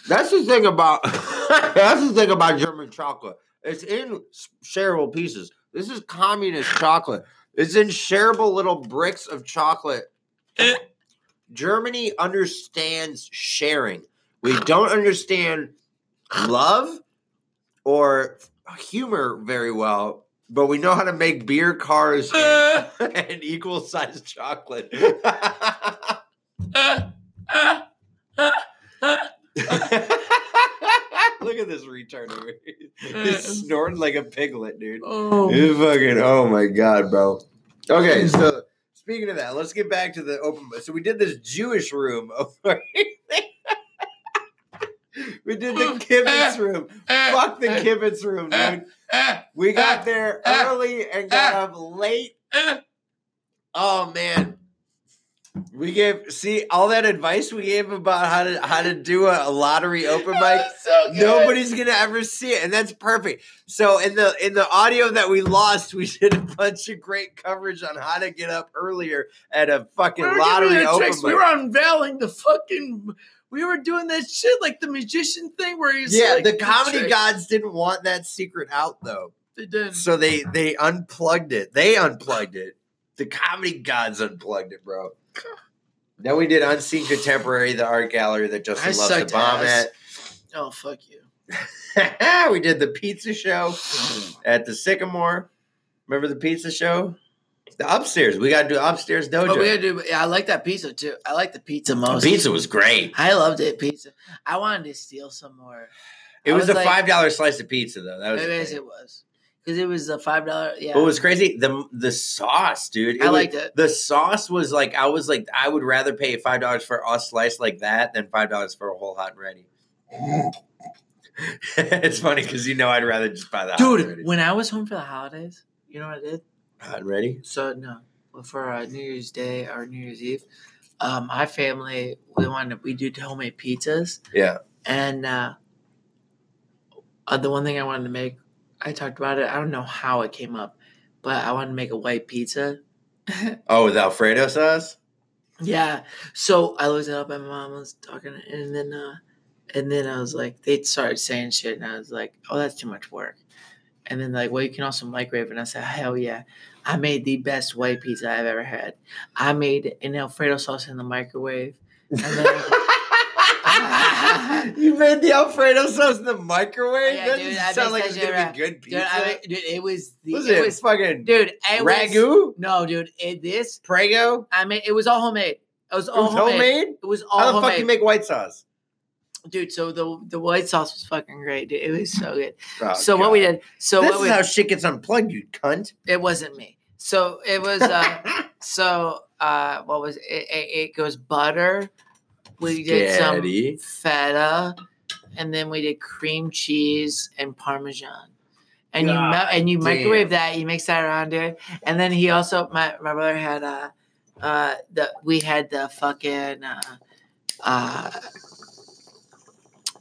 Speaker 2: That's the thing about that's the thing about German chocolate. It's in s- shareable pieces. This is communist chocolate. It's in shareable little bricks of chocolate. Germany understands sharing. We don't understand love or humor very well, but we know how to make beer cars and, and equal sized chocolate.
Speaker 1: Ah.
Speaker 2: Look at this retard over here. He's snorting like a piglet, dude.
Speaker 1: Oh,
Speaker 2: You fucking oh my god, bro. Okay, so speaking of that, let's get back to the open. So we did this Jewish room over here. We did the kibbutz room.
Speaker 1: Ah,
Speaker 2: Fuck the kibbutz room, dude. We got there early and got up late. Oh man. We gave see all that advice we gave about how to how to do a lottery open mic.
Speaker 1: so good.
Speaker 2: Nobody's gonna ever see it, and that's perfect. So in the in the audio that we lost, we did a bunch of great coverage on how to get up earlier at a fucking
Speaker 1: We were giving
Speaker 2: lottery
Speaker 1: you the
Speaker 2: open
Speaker 1: tricks. We
Speaker 2: mic.
Speaker 1: were unveiling the fucking. We were doing that shit like the magician thing where he's
Speaker 2: Yeah,
Speaker 1: like,
Speaker 2: the comedy
Speaker 1: trick.
Speaker 2: gods didn't want that secret out though,
Speaker 1: They did.
Speaker 2: so they they unplugged it. They unplugged it. The comedy gods unplugged it, bro. Then we did Unseen Contemporary, the art gallery that Justin
Speaker 1: I
Speaker 2: loves to
Speaker 1: sucked
Speaker 2: bomb
Speaker 1: ass. Oh fuck you.
Speaker 2: at. we did the pizza show. at the Sycamore. Remember the pizza show? The upstairs. We got to do upstairs dojo.
Speaker 1: Oh, we Oh, gotta do. Yeah, I like that pizza too. I like the pizza most.
Speaker 2: pizza was great.
Speaker 1: I loved it. Pizza. I wanted to steal some more.
Speaker 2: It
Speaker 1: I
Speaker 2: was,
Speaker 1: was
Speaker 2: a
Speaker 1: like-
Speaker 2: five dollar slice of pizza though. That was
Speaker 1: Maybe
Speaker 2: the
Speaker 1: as
Speaker 2: thing.
Speaker 1: it was. because it was a five dollar. Yeah,
Speaker 2: What was crazy? The the sauce, dude.
Speaker 1: I
Speaker 2: was-
Speaker 1: liked it.
Speaker 2: The sauce was like I was like I would rather pay five dollars for a slice like that than five dollars for a whole hot and ready. it's funny because you know I'd rather just buy the hot and ready.
Speaker 1: dude. When I was home for the holidays, you know what I did?
Speaker 2: hot and ready.
Speaker 1: So no, for uh, New Year's Day or New Year's Eve, um, my family we wanted we did homemade pizzas,
Speaker 2: Yeah.
Speaker 1: and uh, uh, the one thing I wanted to make, I talked about it. I don't know how it came up, but I wanted to make a white pizza.
Speaker 2: Oh, with Alfredo sauce.
Speaker 1: Yeah. So I looked it up, and my mom was talking, and then, uh, and then I was like, they started saying shit, and I was like, oh, that's too much work. And then like, well, you can also microwave, and I said, hell yeah, I made the best white pizza I've ever had. I made an Alfredo sauce in the microwave, and then.
Speaker 2: you made the Alfredo sauce in the microwave.
Speaker 1: Yeah,
Speaker 2: that
Speaker 1: dude,
Speaker 2: doesn't
Speaker 1: I
Speaker 2: sound
Speaker 1: make
Speaker 2: like it's
Speaker 1: such a
Speaker 2: gonna
Speaker 1: ra-
Speaker 2: be good
Speaker 1: uh, Dude,
Speaker 2: pizza.
Speaker 1: I, ma- dude, it was the
Speaker 2: was
Speaker 1: it,
Speaker 2: it,
Speaker 1: was
Speaker 2: fucking
Speaker 1: dude it Was,
Speaker 2: ragu?
Speaker 1: no, dude, it this
Speaker 2: Prego?
Speaker 1: I mean it was all homemade. It was
Speaker 2: It
Speaker 1: all
Speaker 2: was
Speaker 1: homemade.
Speaker 2: homemade?
Speaker 1: It was all
Speaker 2: How the
Speaker 1: homemade.
Speaker 2: fuck you make white sauce?
Speaker 1: dude. So the the white sauce was fucking great, dude. It was so good.
Speaker 2: Oh,
Speaker 1: so what we
Speaker 2: God.
Speaker 1: did? So
Speaker 2: this
Speaker 1: what
Speaker 2: is
Speaker 1: we?
Speaker 2: how shit gets unplugged, you cunt.
Speaker 1: it wasn't me. So it was. Uh, so uh, what was it? It, it goes butter. We did
Speaker 2: Spaghetti.
Speaker 1: some feta, and then we did cream cheese and parmesan. And you
Speaker 2: God
Speaker 1: me- and you microwave
Speaker 2: damn.
Speaker 1: that. You mix that around, dude. And then he also my my brother had uh uh the we had the fucking uh uh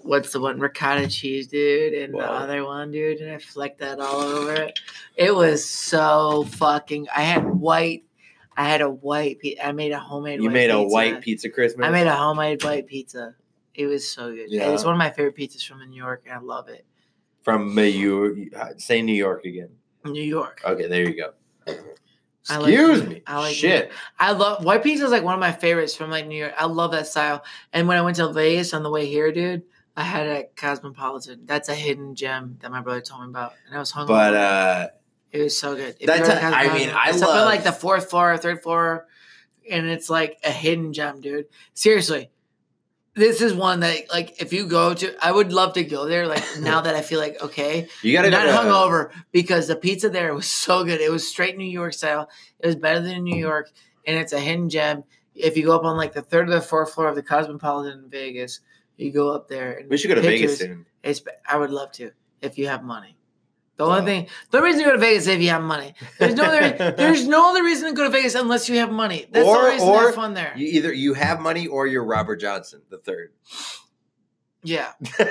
Speaker 1: what's the one ricotta cheese dude and
Speaker 2: Wow.
Speaker 1: the other one dude and i flecked that all over it it was so fucking i had white i had a white pi- i made a homemade
Speaker 2: you
Speaker 1: white
Speaker 2: made a
Speaker 1: pizza.
Speaker 2: white pizza Christmas.
Speaker 1: i made a homemade white pizza it was so good
Speaker 2: Yeah.
Speaker 1: it's one of my favorite pizzas from new york and i love it
Speaker 2: from New York. Say New York again.
Speaker 1: new york
Speaker 2: Okay, there you go.
Speaker 1: I like
Speaker 2: Excuse
Speaker 1: New-
Speaker 2: me.
Speaker 1: I like New
Speaker 2: shit.
Speaker 1: I love white pizza is like one of my favorites from like New York. I love that style. And when I went to Vegas on the way here, dude, I had a Cosmopolitan. That's a hidden gem that my brother told me about, and I was hungry.
Speaker 2: But uh
Speaker 1: it was so good. If
Speaker 2: that's
Speaker 1: you're at
Speaker 2: a- I mean,
Speaker 1: Cosmopolitan-
Speaker 2: I
Speaker 1: it's up at,
Speaker 2: love-
Speaker 1: like the fourth floor, third floor, and it's like a hidden gem, dude. Seriously, this is one that like if you go to, I would love to go there. Like now that I feel like okay,
Speaker 2: you gotta
Speaker 1: not
Speaker 2: go to,
Speaker 1: hungover because the pizza there was so good. It was straight New York style. It was better than New York, and it's a hidden gem. If you go up on like the third or the fourth floor of the Cosmopolitan in Vegas, you go up there. And
Speaker 2: We should go to Vegas
Speaker 1: pictures-
Speaker 2: soon.
Speaker 1: It's I would love to if you have money. The only
Speaker 2: Wow.
Speaker 1: thing, the only reason to go to Vegas is if you have money. There's no other, there's no other reason to go to Vegas unless you have money. That's the
Speaker 2: Or-
Speaker 1: only reason to
Speaker 2: or
Speaker 1: have fun there.
Speaker 2: You either you have money or you're Robert Johnson the third.
Speaker 1: yeah.
Speaker 2: so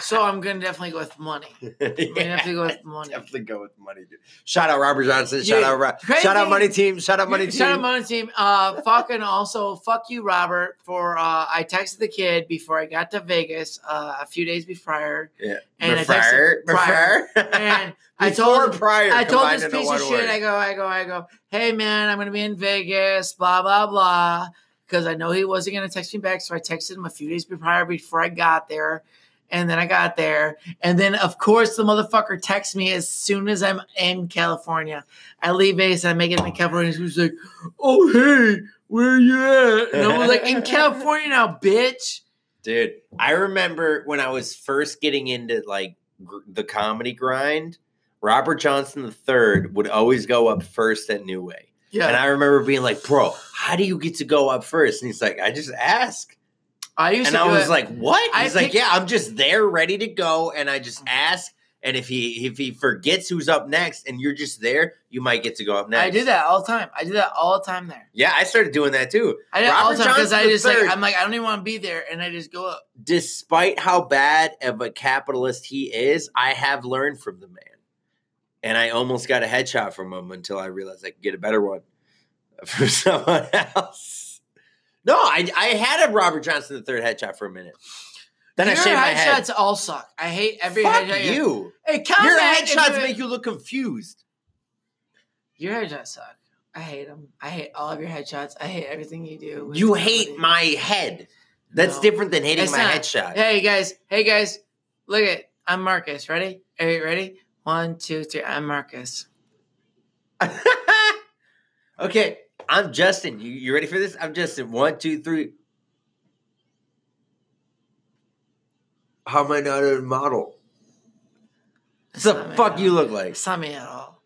Speaker 1: So I'm gonna definitely go with money. I'm gonna have to go with money.
Speaker 2: Definitely go with money, dude. Shout out Robert Johnson. Shout
Speaker 1: Dude,
Speaker 2: out, Ro-
Speaker 1: crazy-
Speaker 2: shout out money team. Shout out money team.
Speaker 1: Shout out money team. Uh, fucking also, fuck you, Robert. For uh, I texted the kid before I got to Vegas uh, a few days before,
Speaker 2: Yeah.
Speaker 1: and I
Speaker 2: Before-
Speaker 1: texted prior,
Speaker 2: before-
Speaker 1: and I
Speaker 2: Before
Speaker 1: told him,
Speaker 2: prior.
Speaker 1: I told
Speaker 2: combined
Speaker 1: this
Speaker 2: into
Speaker 1: piece
Speaker 2: one
Speaker 1: of shit.
Speaker 2: word.
Speaker 1: I go, I go, I go. Hey man, I'm gonna be in Vegas. Blah blah blah. Because I know he wasn't gonna text me back, so I texted him a few days prior before I got there. And then I got there, and then of course the motherfucker texts me as soon as I'm in California. I leave Vegas, I make it in California. He's like, "Oh hey, where you at?" And I was like, "In California now, bitch."
Speaker 2: Dude, I remember when I was first getting into like gr- the comedy grind, Robert Johnson III would always go up first at New Way. And
Speaker 1: Yeah,
Speaker 2: I remember being like, bro, how do you get to go up first? And he's like, I just ask.
Speaker 1: I, used
Speaker 2: And
Speaker 1: to.
Speaker 2: I
Speaker 1: do
Speaker 2: was
Speaker 1: it.
Speaker 2: like, what?
Speaker 1: I Mm-hmm.
Speaker 2: He's like,
Speaker 1: picked-
Speaker 2: yeah, I'm just there ready to go. And I just ask. And if he if he forgets who's up next and you're just there, you might get to go up next.
Speaker 1: I do that all the time. I do that all the time there.
Speaker 2: Yeah, I started doing that too.
Speaker 1: I did all
Speaker 2: Robert
Speaker 1: the time because
Speaker 2: Johnson
Speaker 1: I just like
Speaker 2: III.
Speaker 1: I'm like I don't even want to be there, and I just go up.
Speaker 2: despite how bad of a capitalist he is, I have learned from the man. And I almost got a headshot from him until I realized I could get a better one from someone else. No, I, I had a Robert Johnson the third headshot for a minute. Then I
Speaker 1: Your
Speaker 2: shaved my head.
Speaker 1: headshots all suck. I hate every
Speaker 2: Fuck
Speaker 1: headshot.
Speaker 2: you.
Speaker 1: Hey, come
Speaker 2: Your
Speaker 1: back and
Speaker 2: headshots
Speaker 1: do it.
Speaker 2: make you look confused.
Speaker 1: Your headshots suck. I hate them. I hate all of your headshots. I hate everything you do. with
Speaker 2: You
Speaker 1: comedy.
Speaker 2: hate my head. That's
Speaker 1: No.
Speaker 2: different than hating
Speaker 1: It's
Speaker 2: my
Speaker 1: not.
Speaker 2: headshot.
Speaker 1: Hey guys. Hey guys. Look at. I'm Marcus. Ready? Are you ready? One, two, three. I'm Marcus.
Speaker 2: okay, I'm Justin. You, you ready for this? I'm Justin. One, two, three. How am I not a model? That's the
Speaker 1: not me
Speaker 2: fuck
Speaker 1: at
Speaker 2: you
Speaker 1: all.
Speaker 2: look like.
Speaker 1: It's not me at all.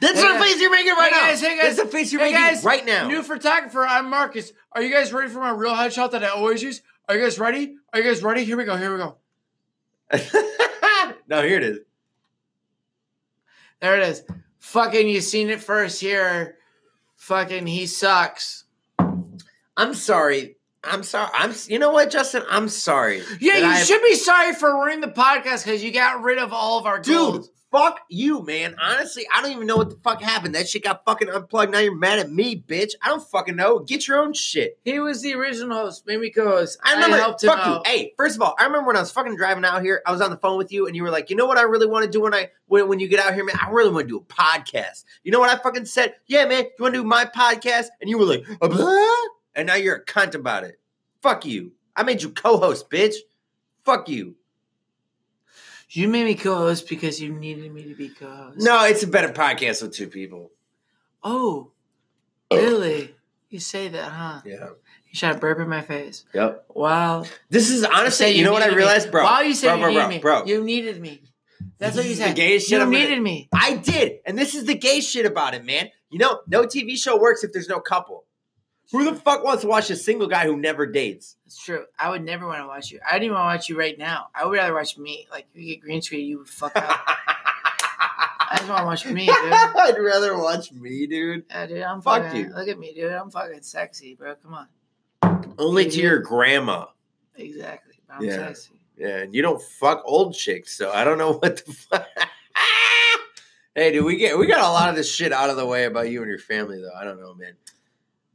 Speaker 2: That's
Speaker 1: Hey
Speaker 2: the
Speaker 1: guys.
Speaker 2: face you're making right
Speaker 1: Hey
Speaker 2: now.
Speaker 1: guys, hey guys.
Speaker 2: That's the face you're
Speaker 1: Hey
Speaker 2: making
Speaker 1: guys.
Speaker 2: right now.
Speaker 1: New photographer, I'm Marcus. Are you guys ready for my real headshot that I always use? Are you guys ready? Are you guys ready? Here we go. Here we go.
Speaker 2: no, here it is.
Speaker 1: There it is. Fucking, you seen it first here. Fucking, he sucks.
Speaker 2: I'm sorry. I'm sorry. I'm. You know what, Justin? I'm sorry.
Speaker 1: Yeah,
Speaker 2: that
Speaker 1: you
Speaker 2: I've-
Speaker 1: should be sorry for ruining the podcast because you got rid of all of our
Speaker 2: dude.
Speaker 1: gold.
Speaker 2: Fuck you, man. Honestly, I don't even know what the fuck happened. That shit got fucking unplugged. Now you're mad at me, bitch. I don't fucking know. Get your own shit.
Speaker 1: He was the original host, made me co-host.
Speaker 2: I remember.
Speaker 1: helped him
Speaker 2: fuck you.
Speaker 1: out.
Speaker 2: Hey, first of all, I remember when I was fucking driving out here. I was on the phone with you, and you were like, "You know what? I really want to do when I when, when you get out here, man. I really want to do a podcast." You know what I fucking said? Yeah, man. You want to do my podcast? And you were like, "Uh, blah?" and now you're a cunt about it. Fuck you. I made you co-host, bitch. Fuck you.
Speaker 1: You made me co-host because you needed me to be co-host.
Speaker 2: No, it's a better podcast with two people.
Speaker 1: Oh, really? You say that, huh?
Speaker 2: Yeah.
Speaker 1: You shot a burp in my face.
Speaker 2: Yep.
Speaker 1: Wow.
Speaker 2: This is honestly,
Speaker 1: Say
Speaker 2: you, know what I
Speaker 1: needed me.
Speaker 2: realized, bro?
Speaker 1: Why you say
Speaker 2: bro,
Speaker 1: you
Speaker 2: bro,
Speaker 1: needed
Speaker 2: bro,
Speaker 1: me?
Speaker 2: bro.
Speaker 1: You needed me. That's
Speaker 2: This
Speaker 1: what you
Speaker 2: is the
Speaker 1: said.
Speaker 2: gayest shit
Speaker 1: you
Speaker 2: I'm gonna-
Speaker 1: needed me.
Speaker 2: I did, and this is the gay shit about it, man. You know, no TV show works if there's no couple. Who the fuck wants to watch a single guy who never dates?
Speaker 1: It's true. I would never want to watch you. I didn't even want to watch you right now. I would rather watch me. Like if you get green screen, you would fuck up. I just want to watch me, dude.
Speaker 2: I'd rather watch me, dude.
Speaker 1: Yeah, dude, I'm
Speaker 2: Fuck
Speaker 1: fucking,
Speaker 2: you.
Speaker 1: Look at me, dude. I'm fucking sexy, bro. Come on.
Speaker 2: Only
Speaker 1: Mhm.
Speaker 2: to your grandma.
Speaker 1: Exactly. I'm
Speaker 2: Yeah.
Speaker 1: sexy.
Speaker 2: Yeah, and you don't fuck old chicks, so I don't know what the fuck. hey, dude, we get we got a lot of this shit out of the way about you and your family, though. I don't know, man.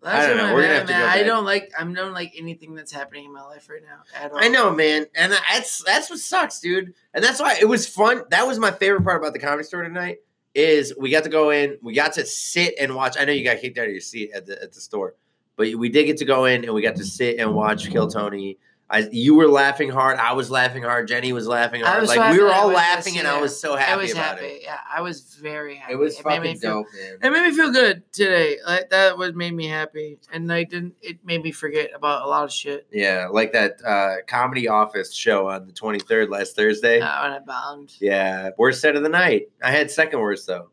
Speaker 1: Last
Speaker 2: don't
Speaker 1: time
Speaker 2: know. We're gonna
Speaker 1: met
Speaker 2: have to
Speaker 1: him,
Speaker 2: go
Speaker 1: I
Speaker 2: back.
Speaker 1: don't like. I'm not like anything that's happening in my life right now at all.
Speaker 2: I know, man, and that's that's what sucks, dude. And that's why it was fun. That was my favorite part about the comedy store tonight. Is we got to go in, we got to sit and watch. I know you got kicked out of your seat at the at the store, but we did get to go in and we got to sit and watch Kill Tony. I, you were laughing hard. I was laughing hard. Jenny was laughing
Speaker 1: I
Speaker 2: hard.
Speaker 1: was
Speaker 2: like
Speaker 1: so
Speaker 2: we were
Speaker 1: happy
Speaker 2: all
Speaker 1: I was
Speaker 2: laughing, and I
Speaker 1: listening.
Speaker 2: was so happy
Speaker 1: I was
Speaker 2: about
Speaker 1: happy.
Speaker 2: it.
Speaker 1: Yeah, I was very happy.
Speaker 2: It
Speaker 1: made
Speaker 2: was
Speaker 1: me
Speaker 2: fucking
Speaker 1: feel-
Speaker 2: dope, man.
Speaker 1: It made me feel good today. Like that was made me happy, and like didn't it made me forget about a lot of shit.
Speaker 2: Yeah, like that uh, comedy office show on the twenty third last Thursday.
Speaker 1: Uh, when I bombed.
Speaker 2: yeah, worst set of the night. I had second worst though.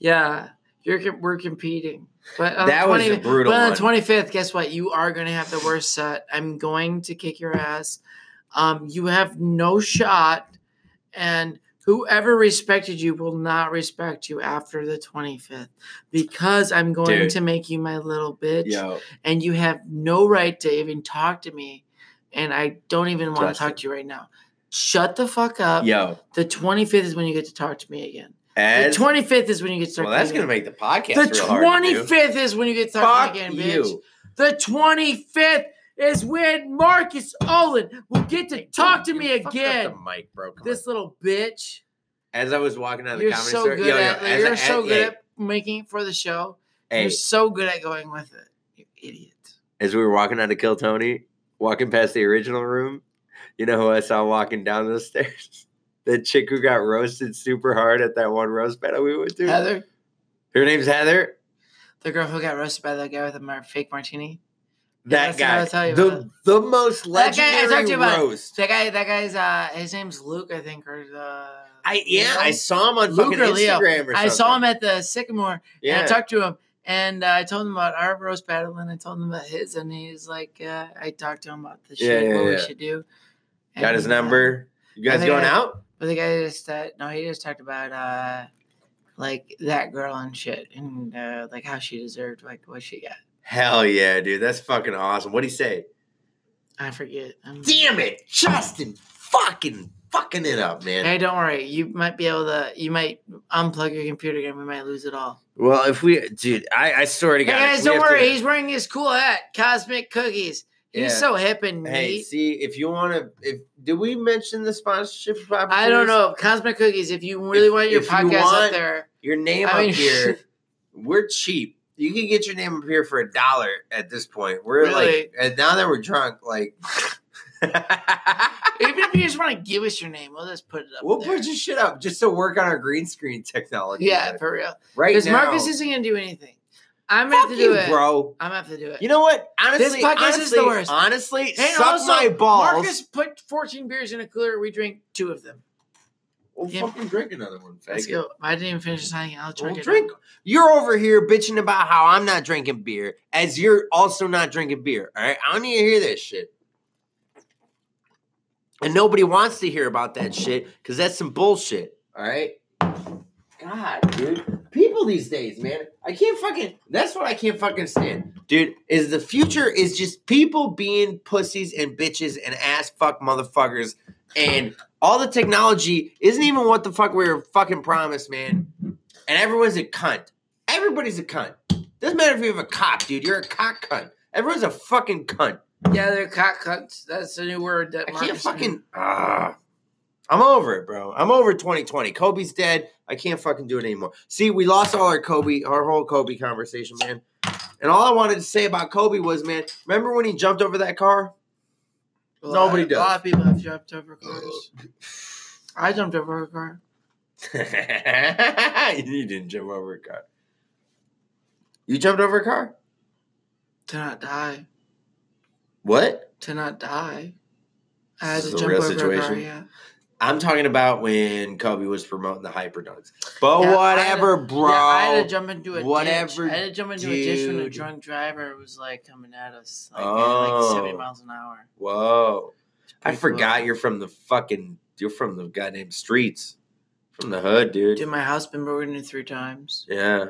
Speaker 1: Yeah, you're com- we're competing. But on
Speaker 2: That
Speaker 1: the
Speaker 2: was a
Speaker 1: 20,
Speaker 2: brutal
Speaker 1: But on the
Speaker 2: one.
Speaker 1: Oh, twenty fifth, guess what? You are going to have the worst set. I'm going to kick your ass. Um, you have no shot, and whoever respected you will not respect you after the twenty fifth because I'm going
Speaker 2: Dude.
Speaker 1: to make you my little bitch,
Speaker 2: Yo,
Speaker 1: and you have no right to even talk to me, and I don't even want to
Speaker 2: Justin.
Speaker 1: talk to you right now. Shut the fuck up.
Speaker 2: yo,
Speaker 1: The twenty fifth is when you get to talk to me again.
Speaker 2: as
Speaker 1: the twenty fifth is when you get to start.
Speaker 2: well, that's
Speaker 1: thinking
Speaker 2: gonna make the podcast
Speaker 1: the
Speaker 2: real hard to
Speaker 1: twenty
Speaker 2: do.
Speaker 1: fifth is when you get
Speaker 2: Fuck
Speaker 1: talking again, bitch.
Speaker 2: you.
Speaker 1: The twenty fifth is when Marcus Olin will get to talk to
Speaker 2: You
Speaker 1: me
Speaker 2: fucked up
Speaker 1: again.
Speaker 2: the mic, bro. Come
Speaker 1: This little bitch.
Speaker 2: on. As I was walking out of the
Speaker 1: You're
Speaker 2: comedy
Speaker 1: so
Speaker 2: store,
Speaker 1: good
Speaker 2: yo, yo,
Speaker 1: at
Speaker 2: as I,
Speaker 1: you're so
Speaker 2: as-
Speaker 1: good
Speaker 2: hey,
Speaker 1: at making it for the show.
Speaker 2: hey,
Speaker 1: You're so good at going with it. You idiot.
Speaker 2: as we were walking out of Kill Tony, walking past the original room, you know who I saw walking down those stairs? The chick who got roasted super hard at that one roast battle we went to.
Speaker 1: Heather,
Speaker 2: Her name's Heather.
Speaker 1: the girl who got roasted by that guy with the mar- fake martini.
Speaker 2: That
Speaker 1: that's what I was
Speaker 2: guy,
Speaker 1: telling you
Speaker 2: the,
Speaker 1: about.
Speaker 2: the most
Speaker 1: That guy I
Speaker 2: legendary
Speaker 1: talked to you about.
Speaker 2: roast.
Speaker 1: That guy. That guy's. Uh, his name's Luke, I think, or the.
Speaker 2: I yeah, I
Speaker 1: Leo?
Speaker 2: saw him on
Speaker 1: Luke
Speaker 2: fucking
Speaker 1: or Leo.
Speaker 2: Instagram or something.
Speaker 1: I saw him at the Sycamore,
Speaker 2: Yeah,
Speaker 1: And I talked to him and uh, I told him about our roast battle and I told him about his and he was like, uh, I talked to him about the
Speaker 2: Yeah,
Speaker 1: shit,
Speaker 2: yeah,
Speaker 1: what
Speaker 2: yeah.
Speaker 1: we should do.
Speaker 2: got his
Speaker 1: And, uh,
Speaker 2: number. You
Speaker 1: I
Speaker 2: guys
Speaker 1: think
Speaker 2: going
Speaker 1: I-
Speaker 2: out?
Speaker 1: but the guy just, uh, no, he just talked about uh, like that girl and shit and uh, like how she deserved like what she got.
Speaker 2: Hell yeah, dude. That's fucking awesome. What'd he say?
Speaker 1: I forget. I'm-
Speaker 2: Damn it, Justin. Fucking fucking it up, man.
Speaker 1: Hey, don't worry. You might be able to. You might unplug your computer again. We might lose it all.
Speaker 2: Well, if we dude, I, I swear to
Speaker 1: Hey
Speaker 2: God.
Speaker 1: guys,
Speaker 2: if we
Speaker 1: don't
Speaker 2: have to-
Speaker 1: worry. He's wearing his cool hat, Cosmic Cookies. He's
Speaker 2: Yeah.
Speaker 1: so hip and neat.
Speaker 2: Hey, see, if you wanna if did we mention the sponsorship
Speaker 1: I don't
Speaker 2: opportunities?
Speaker 1: know. Cosmic Cookies, if you really
Speaker 2: If-
Speaker 1: want your
Speaker 2: if you
Speaker 1: podcast
Speaker 2: want-
Speaker 1: up there,
Speaker 2: Your name
Speaker 1: I
Speaker 2: up
Speaker 1: mean-
Speaker 2: here. We're cheap. You can get your name up here for a dollar at this point. We're like
Speaker 1: Really?
Speaker 2: and now that we're drunk, like
Speaker 1: even if you just want to give us your name, we'll just put it up.
Speaker 2: We'll
Speaker 1: there.
Speaker 2: put your shit up just to work on our green screen technology.
Speaker 1: Yeah,
Speaker 2: Like,
Speaker 1: for real.
Speaker 2: right
Speaker 1: Because
Speaker 2: now.
Speaker 1: Marcus isn't going to do anything. I'm going to
Speaker 2: fuck
Speaker 1: have to do
Speaker 2: you,
Speaker 1: it.
Speaker 2: bro.
Speaker 1: I'm going to have to do it.
Speaker 2: You know what? Honestly,
Speaker 1: podcast
Speaker 2: honestly,
Speaker 1: is the worst.
Speaker 2: Honestly,
Speaker 1: And
Speaker 2: suck
Speaker 1: also,
Speaker 2: my balls.
Speaker 1: Marcus put 14 beers in a cooler. We drank two of them.
Speaker 2: We'll
Speaker 1: Yeah.
Speaker 2: fucking drink another one,
Speaker 1: Let's
Speaker 2: fake.
Speaker 1: go. I didn't even finish signing. I'll drink
Speaker 2: Well,
Speaker 1: it.
Speaker 2: drink. You're over here bitching about how I'm not drinking beer, as you're also not drinking beer. All right, I don't need to hear that shit. And nobody wants to hear about that shit because that's some bullshit. All right. God, dude. People these days, man. I can't fucking. That's what I can't fucking stand, dude. Is the future is just people being pussies and bitches and ass fuck motherfuckers, and all the technology isn't even what the fuck we were fucking promised, man and everyone's a cunt. Everybody's a cunt. Doesn't matter if you have a cock, dude. You're a cock cunt. Everyone's a fucking cunt.
Speaker 1: Yeah, they're cock cunts. That's a new word that
Speaker 2: I can't
Speaker 1: Marcus made.
Speaker 2: fucking. Ah, I'm over it, bro. I'm over 2020. Kobe's dead. I can't fucking do it anymore. See, we lost all our Kobe, our whole Kobe conversation, man. And all I wanted to say about Kobe was, man, remember when he jumped over that car?
Speaker 1: A lot-
Speaker 2: Nobody does.
Speaker 1: A lot of people have jumped over cars. I jumped over a car.
Speaker 2: you didn't jump over a car. You jumped over a car?
Speaker 1: To not die.
Speaker 2: What?
Speaker 1: To not die. I had
Speaker 2: This is
Speaker 1: to
Speaker 2: a
Speaker 1: jump
Speaker 2: real
Speaker 1: over a car,
Speaker 2: situation?
Speaker 1: yeah.
Speaker 2: I'm talking about when Kobe was promoting the hyperdogs. But
Speaker 1: Yeah, I had-
Speaker 2: whatever, bro.
Speaker 1: Yeah, I had to jump into a ditch.
Speaker 2: whatever,
Speaker 1: I had to jump into a ditch when a
Speaker 2: dude.
Speaker 1: drunk driver was like coming at us, like, at,
Speaker 2: Oh.
Speaker 1: like seventy miles an hour.
Speaker 2: Whoa. I
Speaker 1: Pretty cool.
Speaker 2: forgot you're from the fucking you're from the goddamn streets. From the hood, dude.
Speaker 1: Dude, my house been broken into three times.
Speaker 2: yeah.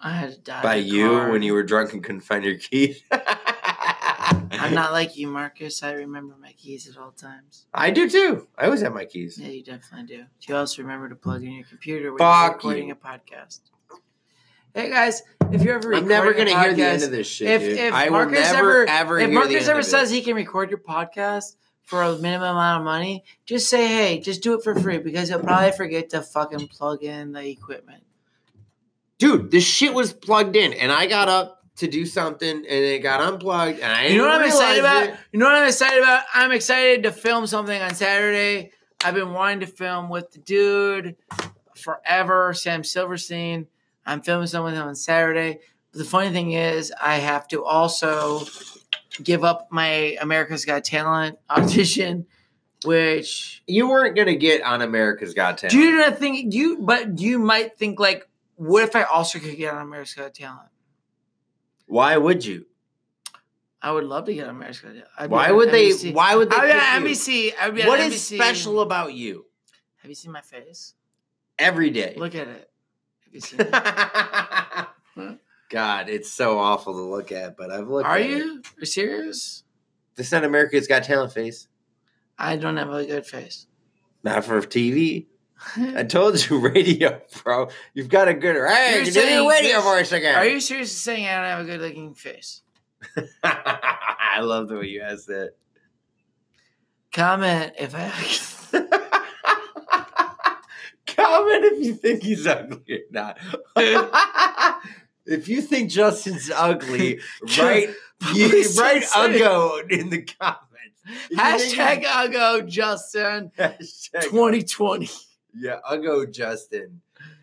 Speaker 1: I had to die
Speaker 2: By you when you were drunk and couldn't find your keys.
Speaker 1: I'm not like you, Marcus. I remember my keys at all times.
Speaker 2: I do too. I always have my keys.
Speaker 1: Yeah, you definitely do. You also remember to plug in your computer when
Speaker 2: Fuck
Speaker 1: you're recording
Speaker 2: you.
Speaker 1: a podcast. Hey guys, if you're ever
Speaker 2: I'm never
Speaker 1: recording
Speaker 2: gonna
Speaker 1: a
Speaker 2: hear the
Speaker 1: podcast-
Speaker 2: end of this shit.
Speaker 1: if-
Speaker 2: dude.
Speaker 1: if
Speaker 2: I will
Speaker 1: Marcus
Speaker 2: never
Speaker 1: ever-
Speaker 2: ever
Speaker 1: if
Speaker 2: hear the
Speaker 1: Marcus
Speaker 2: end
Speaker 1: ever
Speaker 2: of it.
Speaker 1: says he can record your podcast for a minimum amount of money, just say hey, just do it for free because he'll probably forget to fucking plug in the equipment.
Speaker 2: Dude, this shit was plugged in and I got up to do something and it got unplugged and I
Speaker 1: You know what I'm
Speaker 2: didn't
Speaker 1: excited
Speaker 2: realize
Speaker 1: about?
Speaker 2: it.
Speaker 1: You know what I'm excited about? I'm excited to film something on Saturday. I've been wanting to film with the dude forever, Sam Silverstein. I'm filming something with him on Saturday. But the funny thing is, I have to also give up my America's Got Talent audition, which
Speaker 2: you weren't gonna get on America's Got Talent.
Speaker 1: do you not think do you? But you might think like, what if I also could get on America's Got Talent?
Speaker 2: why would you?
Speaker 1: I would love to get on America's Got Talent. I'd be
Speaker 2: Why
Speaker 1: on
Speaker 2: would they?
Speaker 1: NBC.
Speaker 2: Why would they?
Speaker 1: I'd be on
Speaker 2: pick you?
Speaker 1: NBC. I'd be on
Speaker 2: What
Speaker 1: NBC.
Speaker 2: is special about you?
Speaker 1: Have you seen my face?
Speaker 2: Every day.
Speaker 1: Look at it. Have you seen it?
Speaker 2: God, it's so awful to look at, but I've looked.
Speaker 1: Are
Speaker 2: at It.
Speaker 1: you? Are you serious?
Speaker 2: This not America's Got Talent face.
Speaker 1: I don't have a good face.
Speaker 2: Not for TV. I told you radio, bro. You've got a good. Hey,
Speaker 1: You're
Speaker 2: you did
Speaker 1: saying
Speaker 2: your radio
Speaker 1: this-
Speaker 2: voice again.
Speaker 1: Are you serious in saying I don't have a good looking face?
Speaker 2: I love the way you asked that.
Speaker 1: Comment if I
Speaker 2: Comment if you think he's ugly or not. if you think Justin's ugly, write you,
Speaker 1: Please
Speaker 2: write
Speaker 1: say-
Speaker 2: uggo in the comments. If you
Speaker 1: Hashtag
Speaker 2: think
Speaker 1: Ugo Justin
Speaker 2: he's- hashtag
Speaker 1: 2020.
Speaker 2: yeah uggo Justin,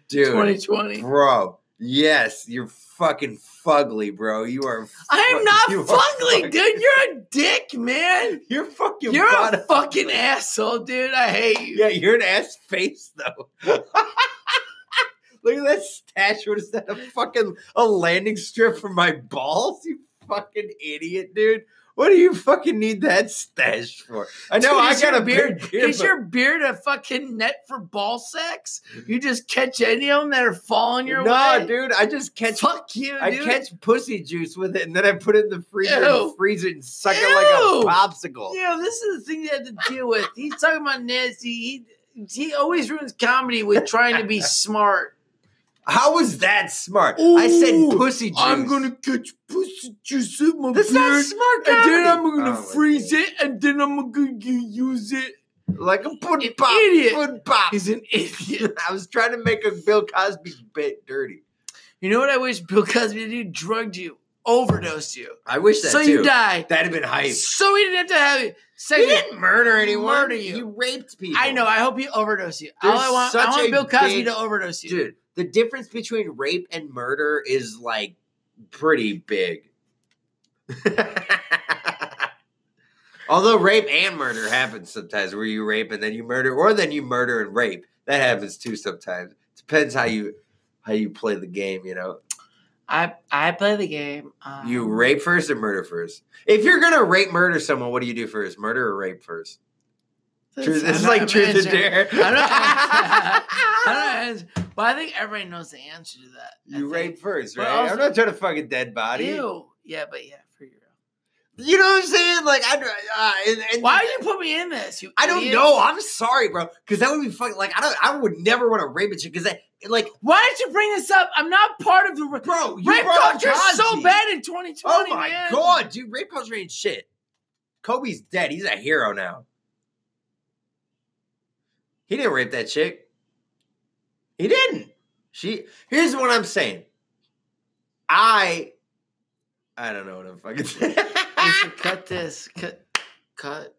Speaker 2: dude,
Speaker 1: 2020.
Speaker 2: bro. Yes, you're fucking fugly, bro. You are.
Speaker 1: I am
Speaker 2: you are
Speaker 1: not fugly,
Speaker 2: fuck-
Speaker 1: dude. You're a dick, man.
Speaker 2: You're fucking.
Speaker 1: You're a
Speaker 2: butt-
Speaker 1: fucking asshole, dude. I hate you.
Speaker 2: Yeah, you're an ass face though. Look at that stash. What is that? A fucking a landing strip for my balls? You fucking idiot, dude. What do you fucking need that stash for? I know
Speaker 1: Dude,
Speaker 2: I
Speaker 1: is
Speaker 2: got
Speaker 1: your
Speaker 2: a beard. beard
Speaker 1: Is your beard a fucking net for ball sacks? You just catch any of them that are falling your
Speaker 2: no,
Speaker 1: way?
Speaker 2: dude. I just catch.
Speaker 1: Fuck you, dude.
Speaker 2: I catch pussy juice with it, and then I put it in the freezer
Speaker 1: Ew.
Speaker 2: and freeze it and suck it like a
Speaker 1: Ew.
Speaker 2: popsicle.
Speaker 1: You know, this is the thing you have to deal with. He's talking about Nancy. He, he always ruins comedy with trying to be smart.
Speaker 2: How was that smart? I said
Speaker 1: Ooh,
Speaker 2: pussy juice.
Speaker 1: catch pussy juice in my
Speaker 2: That's not smart comedy. Oh, okay.
Speaker 1: it, and then I'm gonna use it.
Speaker 2: like a pudding
Speaker 1: An
Speaker 2: pop.
Speaker 1: idiot.
Speaker 2: Pudding pop.
Speaker 1: He's an idiot.
Speaker 2: I was trying to make a Bill Cosby bit dirty.
Speaker 1: You know what I wish Bill Cosby did? Drugged you, overdosed you,
Speaker 2: I wish that
Speaker 1: so
Speaker 2: too.
Speaker 1: you die.
Speaker 2: That'd have been hype.
Speaker 1: So he didn't have to have you.
Speaker 2: He
Speaker 1: Second,
Speaker 2: didn't murder anyone.
Speaker 1: Murder you.
Speaker 2: You raped people.
Speaker 1: I know. I hope he overdosed you. All
Speaker 2: There's
Speaker 1: I want, I
Speaker 2: such
Speaker 1: want
Speaker 2: a
Speaker 1: Bill Cosby
Speaker 2: big-
Speaker 1: to overdose you.
Speaker 2: dude. The difference between rape and murder is like pretty big. Although rape and murder happens sometimes, where you rape and then you murder, or then you murder and rape. That happens too sometimes. Depends how you how you play the game. You know,
Speaker 1: I I play the game. Um,
Speaker 2: you rape first or murder first. If you're gonna rape murder someone, what do you do first? Murder or rape first? Truth,
Speaker 1: I'm
Speaker 2: this is
Speaker 1: not-
Speaker 2: like
Speaker 1: I'm
Speaker 2: truth and
Speaker 1: answering-
Speaker 2: dare.
Speaker 1: I'm not- I don't know. Well, I think everybody knows the answer to that. I
Speaker 2: You
Speaker 1: think.
Speaker 2: rape first,
Speaker 1: But
Speaker 2: right?
Speaker 1: also-
Speaker 2: I'm not trying to fuck a dead body.
Speaker 1: Ew. Yeah, but yeah, for real.
Speaker 2: You know what I'm saying? Like I. Uh, and, and
Speaker 1: Why did you put me in this? You
Speaker 2: I don't
Speaker 1: idiot?
Speaker 2: know. I'm sorry, bro. Because that would be fucking like I don't. I would never want to rape a chick because that like
Speaker 1: Why did you bring this up? I'm not part of the ra-
Speaker 2: bro, you
Speaker 1: rape
Speaker 2: brought up
Speaker 1: culture. Is so
Speaker 2: Cosby.
Speaker 1: bad in 2020.
Speaker 2: Oh my
Speaker 1: man.
Speaker 2: god, dude, rape culture ain't shit. Kobe's dead. He's a hero now. He didn't rape that chick. He didn't. She. Here's what I'm saying. I. I don't know what I'm fucking
Speaker 1: We
Speaker 2: saying.
Speaker 1: should cut this. Cut. Cut.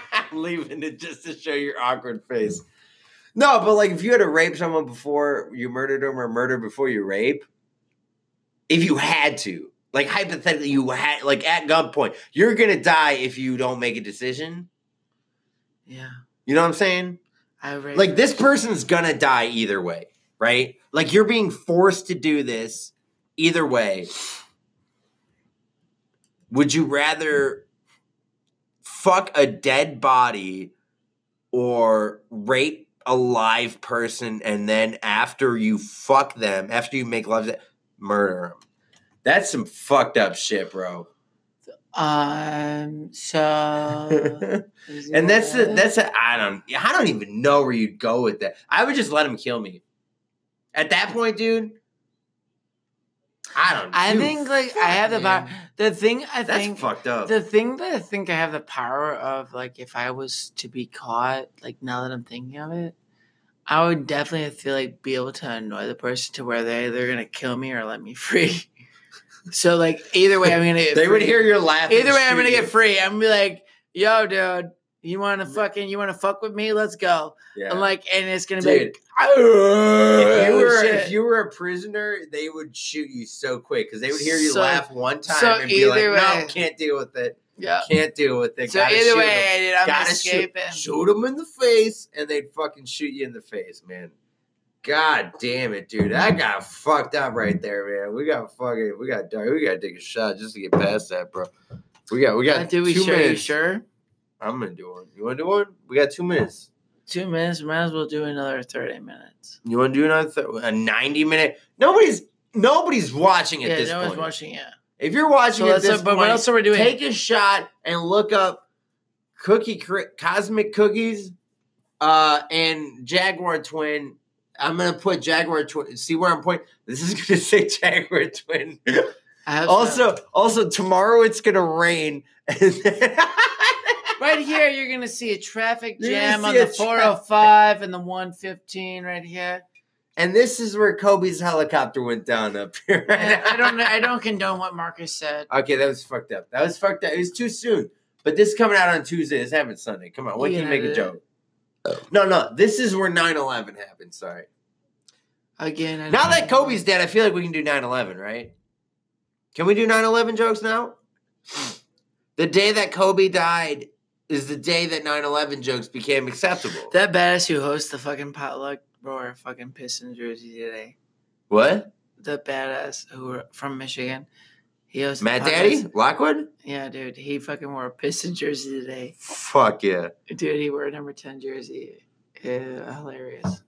Speaker 2: leaving it just to show your awkward face. No, but like if you had to rape someone before you murdered them or murder before you rape, if you had to, like hypothetically, you had like at gunpoint, you're gonna die if you don't make a decision.
Speaker 1: Yeah.
Speaker 2: You know what I'm saying?
Speaker 1: I raped.
Speaker 2: Like this person's gonna die either way, right? Like you're being forced to do this either way. Would you rather fuck a dead body or rape a live person and then after you fuck them, after you make love, to- murder them? That's some fucked up shit, bro.
Speaker 1: Um. So.
Speaker 2: And that's the that's a, I don't I don't even know where you'd go with that. I would just let him kill me. At that point, dude, I don't.
Speaker 1: I
Speaker 2: dude,
Speaker 1: think like
Speaker 2: fuck,
Speaker 1: I have the power.
Speaker 2: man.
Speaker 1: The thing I
Speaker 2: That's
Speaker 1: think.
Speaker 2: fucked up.
Speaker 1: The thing that I think I have the power of, like, if I was to be caught, like, now that I'm thinking of it, I would definitely feel like be able to annoy the person to where they they're gonna kill me or let me free. so, like, either way, I'm gonna. Get
Speaker 2: they would
Speaker 1: free.
Speaker 2: hear your laugh. and
Speaker 1: Either way, I'm
Speaker 2: shoot
Speaker 1: gonna
Speaker 2: you.
Speaker 1: get free. I'm gonna be like, "Yo, dude, you want to fucking, you want to fuck with me? Let's go."
Speaker 2: Yeah.
Speaker 1: I'm like, and it's gonna be.
Speaker 2: Dude,
Speaker 1: Like, oh,
Speaker 2: if you were
Speaker 1: shit.
Speaker 2: if you were a prisoner, they would shoot you so quick because they would hear you
Speaker 1: So-
Speaker 2: laugh one time
Speaker 1: so
Speaker 2: and be like,
Speaker 1: either
Speaker 2: "No,
Speaker 1: way-
Speaker 2: can't deal with it.
Speaker 1: yeah.
Speaker 2: Can't deal with it."
Speaker 1: So
Speaker 2: Gotta
Speaker 1: either
Speaker 2: shoot
Speaker 1: way,
Speaker 2: him.
Speaker 1: dude, I'm
Speaker 2: gotta
Speaker 1: escaping.
Speaker 2: shoot, shoot them in the face, and they'd fucking shoot you in the face, man. God damn it, dude! I got fucked up right there, man. We got fucking, we got dark. We got to take a shot just to get past that, bro. We got, we got
Speaker 1: Uh, do we
Speaker 2: two
Speaker 1: sure? You
Speaker 2: minutes.
Speaker 1: sure?
Speaker 2: I'm gonna do one. You want to do one? We got two minutes.
Speaker 1: Two minutes. Might as well do another thirty minutes.
Speaker 2: You want to do another th- a 90 minute? Nobody's nobody's watching at
Speaker 1: Yeah,
Speaker 2: this
Speaker 1: no
Speaker 2: point.
Speaker 1: one's watching it.
Speaker 2: If you're
Speaker 1: So
Speaker 2: watching at
Speaker 1: let's. uh,
Speaker 2: this
Speaker 1: But
Speaker 2: point,
Speaker 1: what else are we doing?
Speaker 2: take a shot and look up cookie Cri- cosmic cookies uh and jaguar twin i'm gonna put jaguar twin see where i'm pointing this is gonna say jaguar twin
Speaker 1: I hope so.
Speaker 2: also also tomorrow it's gonna rain and then-
Speaker 1: right here, you're gonna see a traffic
Speaker 2: You're gonna
Speaker 1: jam on
Speaker 2: see a
Speaker 1: the
Speaker 2: traffic-
Speaker 1: 405 and the 115 right here.
Speaker 2: and this is where kobe's helicopter went down up here
Speaker 1: And I don't. I don't condone what Marcus said.
Speaker 2: okay that was fucked up that was fucked up it was too soon but this coming out on tuesday this happened sunday come on when can you make a
Speaker 1: Yeah.
Speaker 2: joke no no this is where 9-11 happened sorry
Speaker 1: Again, I
Speaker 2: Now
Speaker 1: don't
Speaker 2: that
Speaker 1: know.
Speaker 2: Kobe's dead, I feel like we can do 9 11, right? Can we do 9 11 jokes now? The day that Kobe died is the day that 9 11 jokes became acceptable.
Speaker 1: That badass who hosts the fucking potluck roar fucking Pistons jersey today.
Speaker 2: what?
Speaker 1: The badass who were from Michigan. He hosts the
Speaker 2: Matt
Speaker 1: podcast.
Speaker 2: Daddy? Lockwood?
Speaker 1: Yeah, dude. He fucking wore a Piston jersey today.
Speaker 2: Fuck yeah.
Speaker 1: Dude, he wore a number 10 jersey. Yeah, hilarious.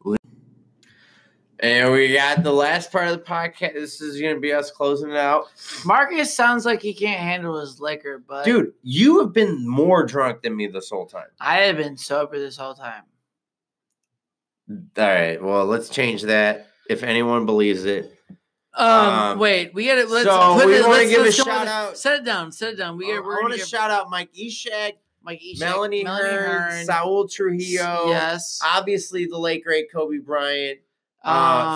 Speaker 2: And we got the last part of the podcast. This is going to be us closing it out.
Speaker 1: Marcus sounds like he can't handle his liquor, but
Speaker 2: Dude, you have been more drunk than me this whole time.
Speaker 1: I have been sober this whole time.
Speaker 2: All right. Well, let's change that if anyone believes it.
Speaker 1: Um,
Speaker 2: Um,
Speaker 1: wait, we gotta let's
Speaker 2: so
Speaker 1: put
Speaker 2: we
Speaker 1: it-
Speaker 2: wanna
Speaker 1: let's-
Speaker 2: give a
Speaker 1: let's go with
Speaker 2: shout
Speaker 1: it.
Speaker 2: out-
Speaker 1: Set it down, set it down. We
Speaker 2: I
Speaker 1: are we're
Speaker 2: want
Speaker 1: gonna
Speaker 2: to
Speaker 1: give
Speaker 2: shout out Mike Eshag.
Speaker 1: Mike Ishak,
Speaker 2: Melanie, Hearn, Saul Trujillo,
Speaker 1: Yes.
Speaker 2: obviously the late great Kobe Bryant, uh,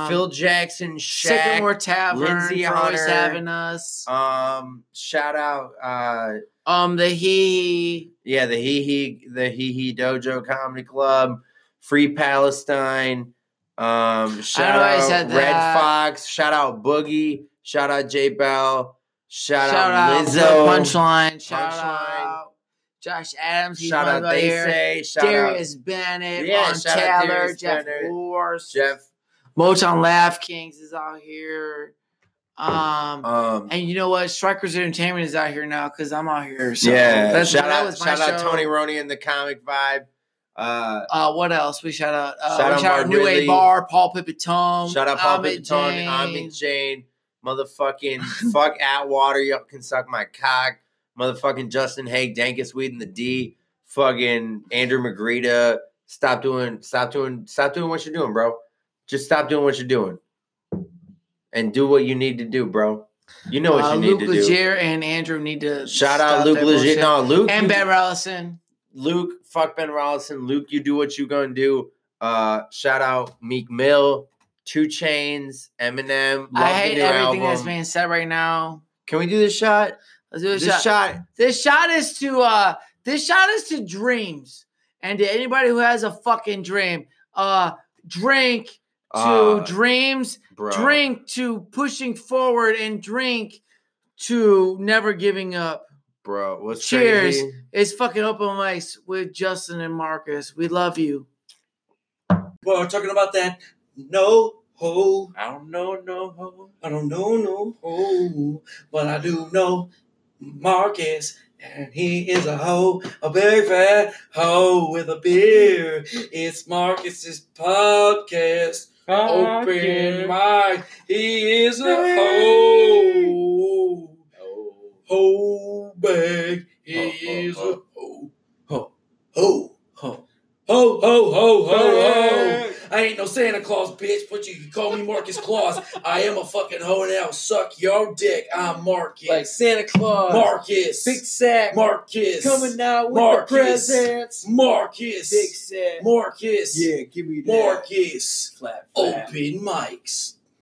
Speaker 1: Um,
Speaker 2: Phil Jackson,
Speaker 1: Sycamore
Speaker 2: Shaq.
Speaker 1: Tavern
Speaker 2: Lindsay
Speaker 1: for always
Speaker 2: Hunter.
Speaker 1: having us.
Speaker 2: Um, shout out, uh,
Speaker 1: Um, the he
Speaker 2: yeah, the He He the He He Dojo Comedy Club, Free Palestine. Um, shout
Speaker 1: know why I
Speaker 2: out
Speaker 1: said
Speaker 2: Red
Speaker 1: that.
Speaker 2: Fox. Shout out Boogie. Shout out J Bell. Shout,
Speaker 1: shout,
Speaker 2: out
Speaker 1: out,
Speaker 2: Lizzo.
Speaker 1: punchline, shout
Speaker 2: Punchline.
Speaker 1: out Josh Adams. He's
Speaker 2: shout
Speaker 1: one
Speaker 2: out
Speaker 1: right
Speaker 2: they
Speaker 1: here.
Speaker 2: say. Shout
Speaker 1: Darius Bennett,
Speaker 2: Yeah,
Speaker 1: Von
Speaker 2: shout out
Speaker 1: Taylor,
Speaker 2: Darius
Speaker 1: Jeff
Speaker 2: Bennett.
Speaker 1: Wars,
Speaker 2: out Jeff.
Speaker 1: Motown Laugh Kings is out here. Um,
Speaker 2: Um,
Speaker 1: and you know what? Strikers Entertainment is out here now because I'm out here. So
Speaker 2: yeah.
Speaker 1: that's,
Speaker 2: shout
Speaker 1: that
Speaker 2: out,
Speaker 1: was my
Speaker 2: shout out
Speaker 1: show.
Speaker 2: Tony Roney and the Comic Vibe. Uh,
Speaker 1: Uh, what else? We shout out. Uh,
Speaker 2: Shout
Speaker 1: we
Speaker 2: out
Speaker 1: shout
Speaker 2: Mark
Speaker 1: out New
Speaker 2: Ridley.
Speaker 1: Wave Bar, Paul Pipitone.
Speaker 2: shout out Paul
Speaker 1: Ahmed
Speaker 2: Pipiton,
Speaker 1: Jain.
Speaker 2: Amit Jane, motherfucking fuck Atwater. Y'all can suck my cock. Motherfucking Justin Haig, Dankus Weed and the D. Fucking Andrew Magrita. Stop doing, stop doing, stop doing what you're doing, bro. Just stop doing what you're doing, and do what you need to do, bro. You know what
Speaker 1: Uh,
Speaker 2: you
Speaker 1: Luke
Speaker 2: need to do.
Speaker 1: Legier and Andrew need to
Speaker 2: Shout
Speaker 1: stop
Speaker 2: out Luke
Speaker 1: that
Speaker 2: Legit.
Speaker 1: bullshit.
Speaker 2: No, Luke
Speaker 1: and
Speaker 2: you-
Speaker 1: Ben Rollison.
Speaker 2: Luke, fuck Ben Rollison. Luke, you do what you gonna do. Uh, shout out Meek Mill, Two Chains, Eminem. Love
Speaker 1: I
Speaker 2: the
Speaker 1: hate
Speaker 2: new
Speaker 1: everything that's
Speaker 2: album.
Speaker 1: being said right now.
Speaker 2: Can we do this shot?
Speaker 1: Let's do a
Speaker 2: This
Speaker 1: shot.
Speaker 2: shot.
Speaker 1: This shot is to uh this shot is to dreams. And to anybody who has a fucking dream, uh drink to
Speaker 2: Uh,
Speaker 1: dreams,
Speaker 2: bro.
Speaker 1: drink to pushing forward and drink to never giving up.
Speaker 2: bro. What's
Speaker 1: Cheers.
Speaker 2: crazy?
Speaker 1: It's fucking open mics with Justin and Marcus. We love you.
Speaker 5: Well, we're talking about that no ho. I don't know no ho. I don't know no ho. But I do know Marcus, and he is a hoe, a big fat hoe with a beard. It's Marcus's podcast. Open mic. He is a hoe. Hoe bag. He is a hoe. Ho. Ho. Ho. Ho, ho, ho, ho, ho. I ain't no Santa Claus, bitch, but you can call me Marcus Claus. I am a fucking hoe and I'll suck your dick. I'm Marcus.
Speaker 6: Like Santa Claus.
Speaker 5: Marcus.
Speaker 6: Big sack.
Speaker 5: Marcus.
Speaker 6: Coming out with
Speaker 5: Marcus.
Speaker 6: the presents.
Speaker 5: Marcus.
Speaker 6: Big sack.
Speaker 5: Marcus.
Speaker 6: Yeah, give me that.
Speaker 5: Marcus. Oh,
Speaker 6: Flat, flat.
Speaker 5: Open mics.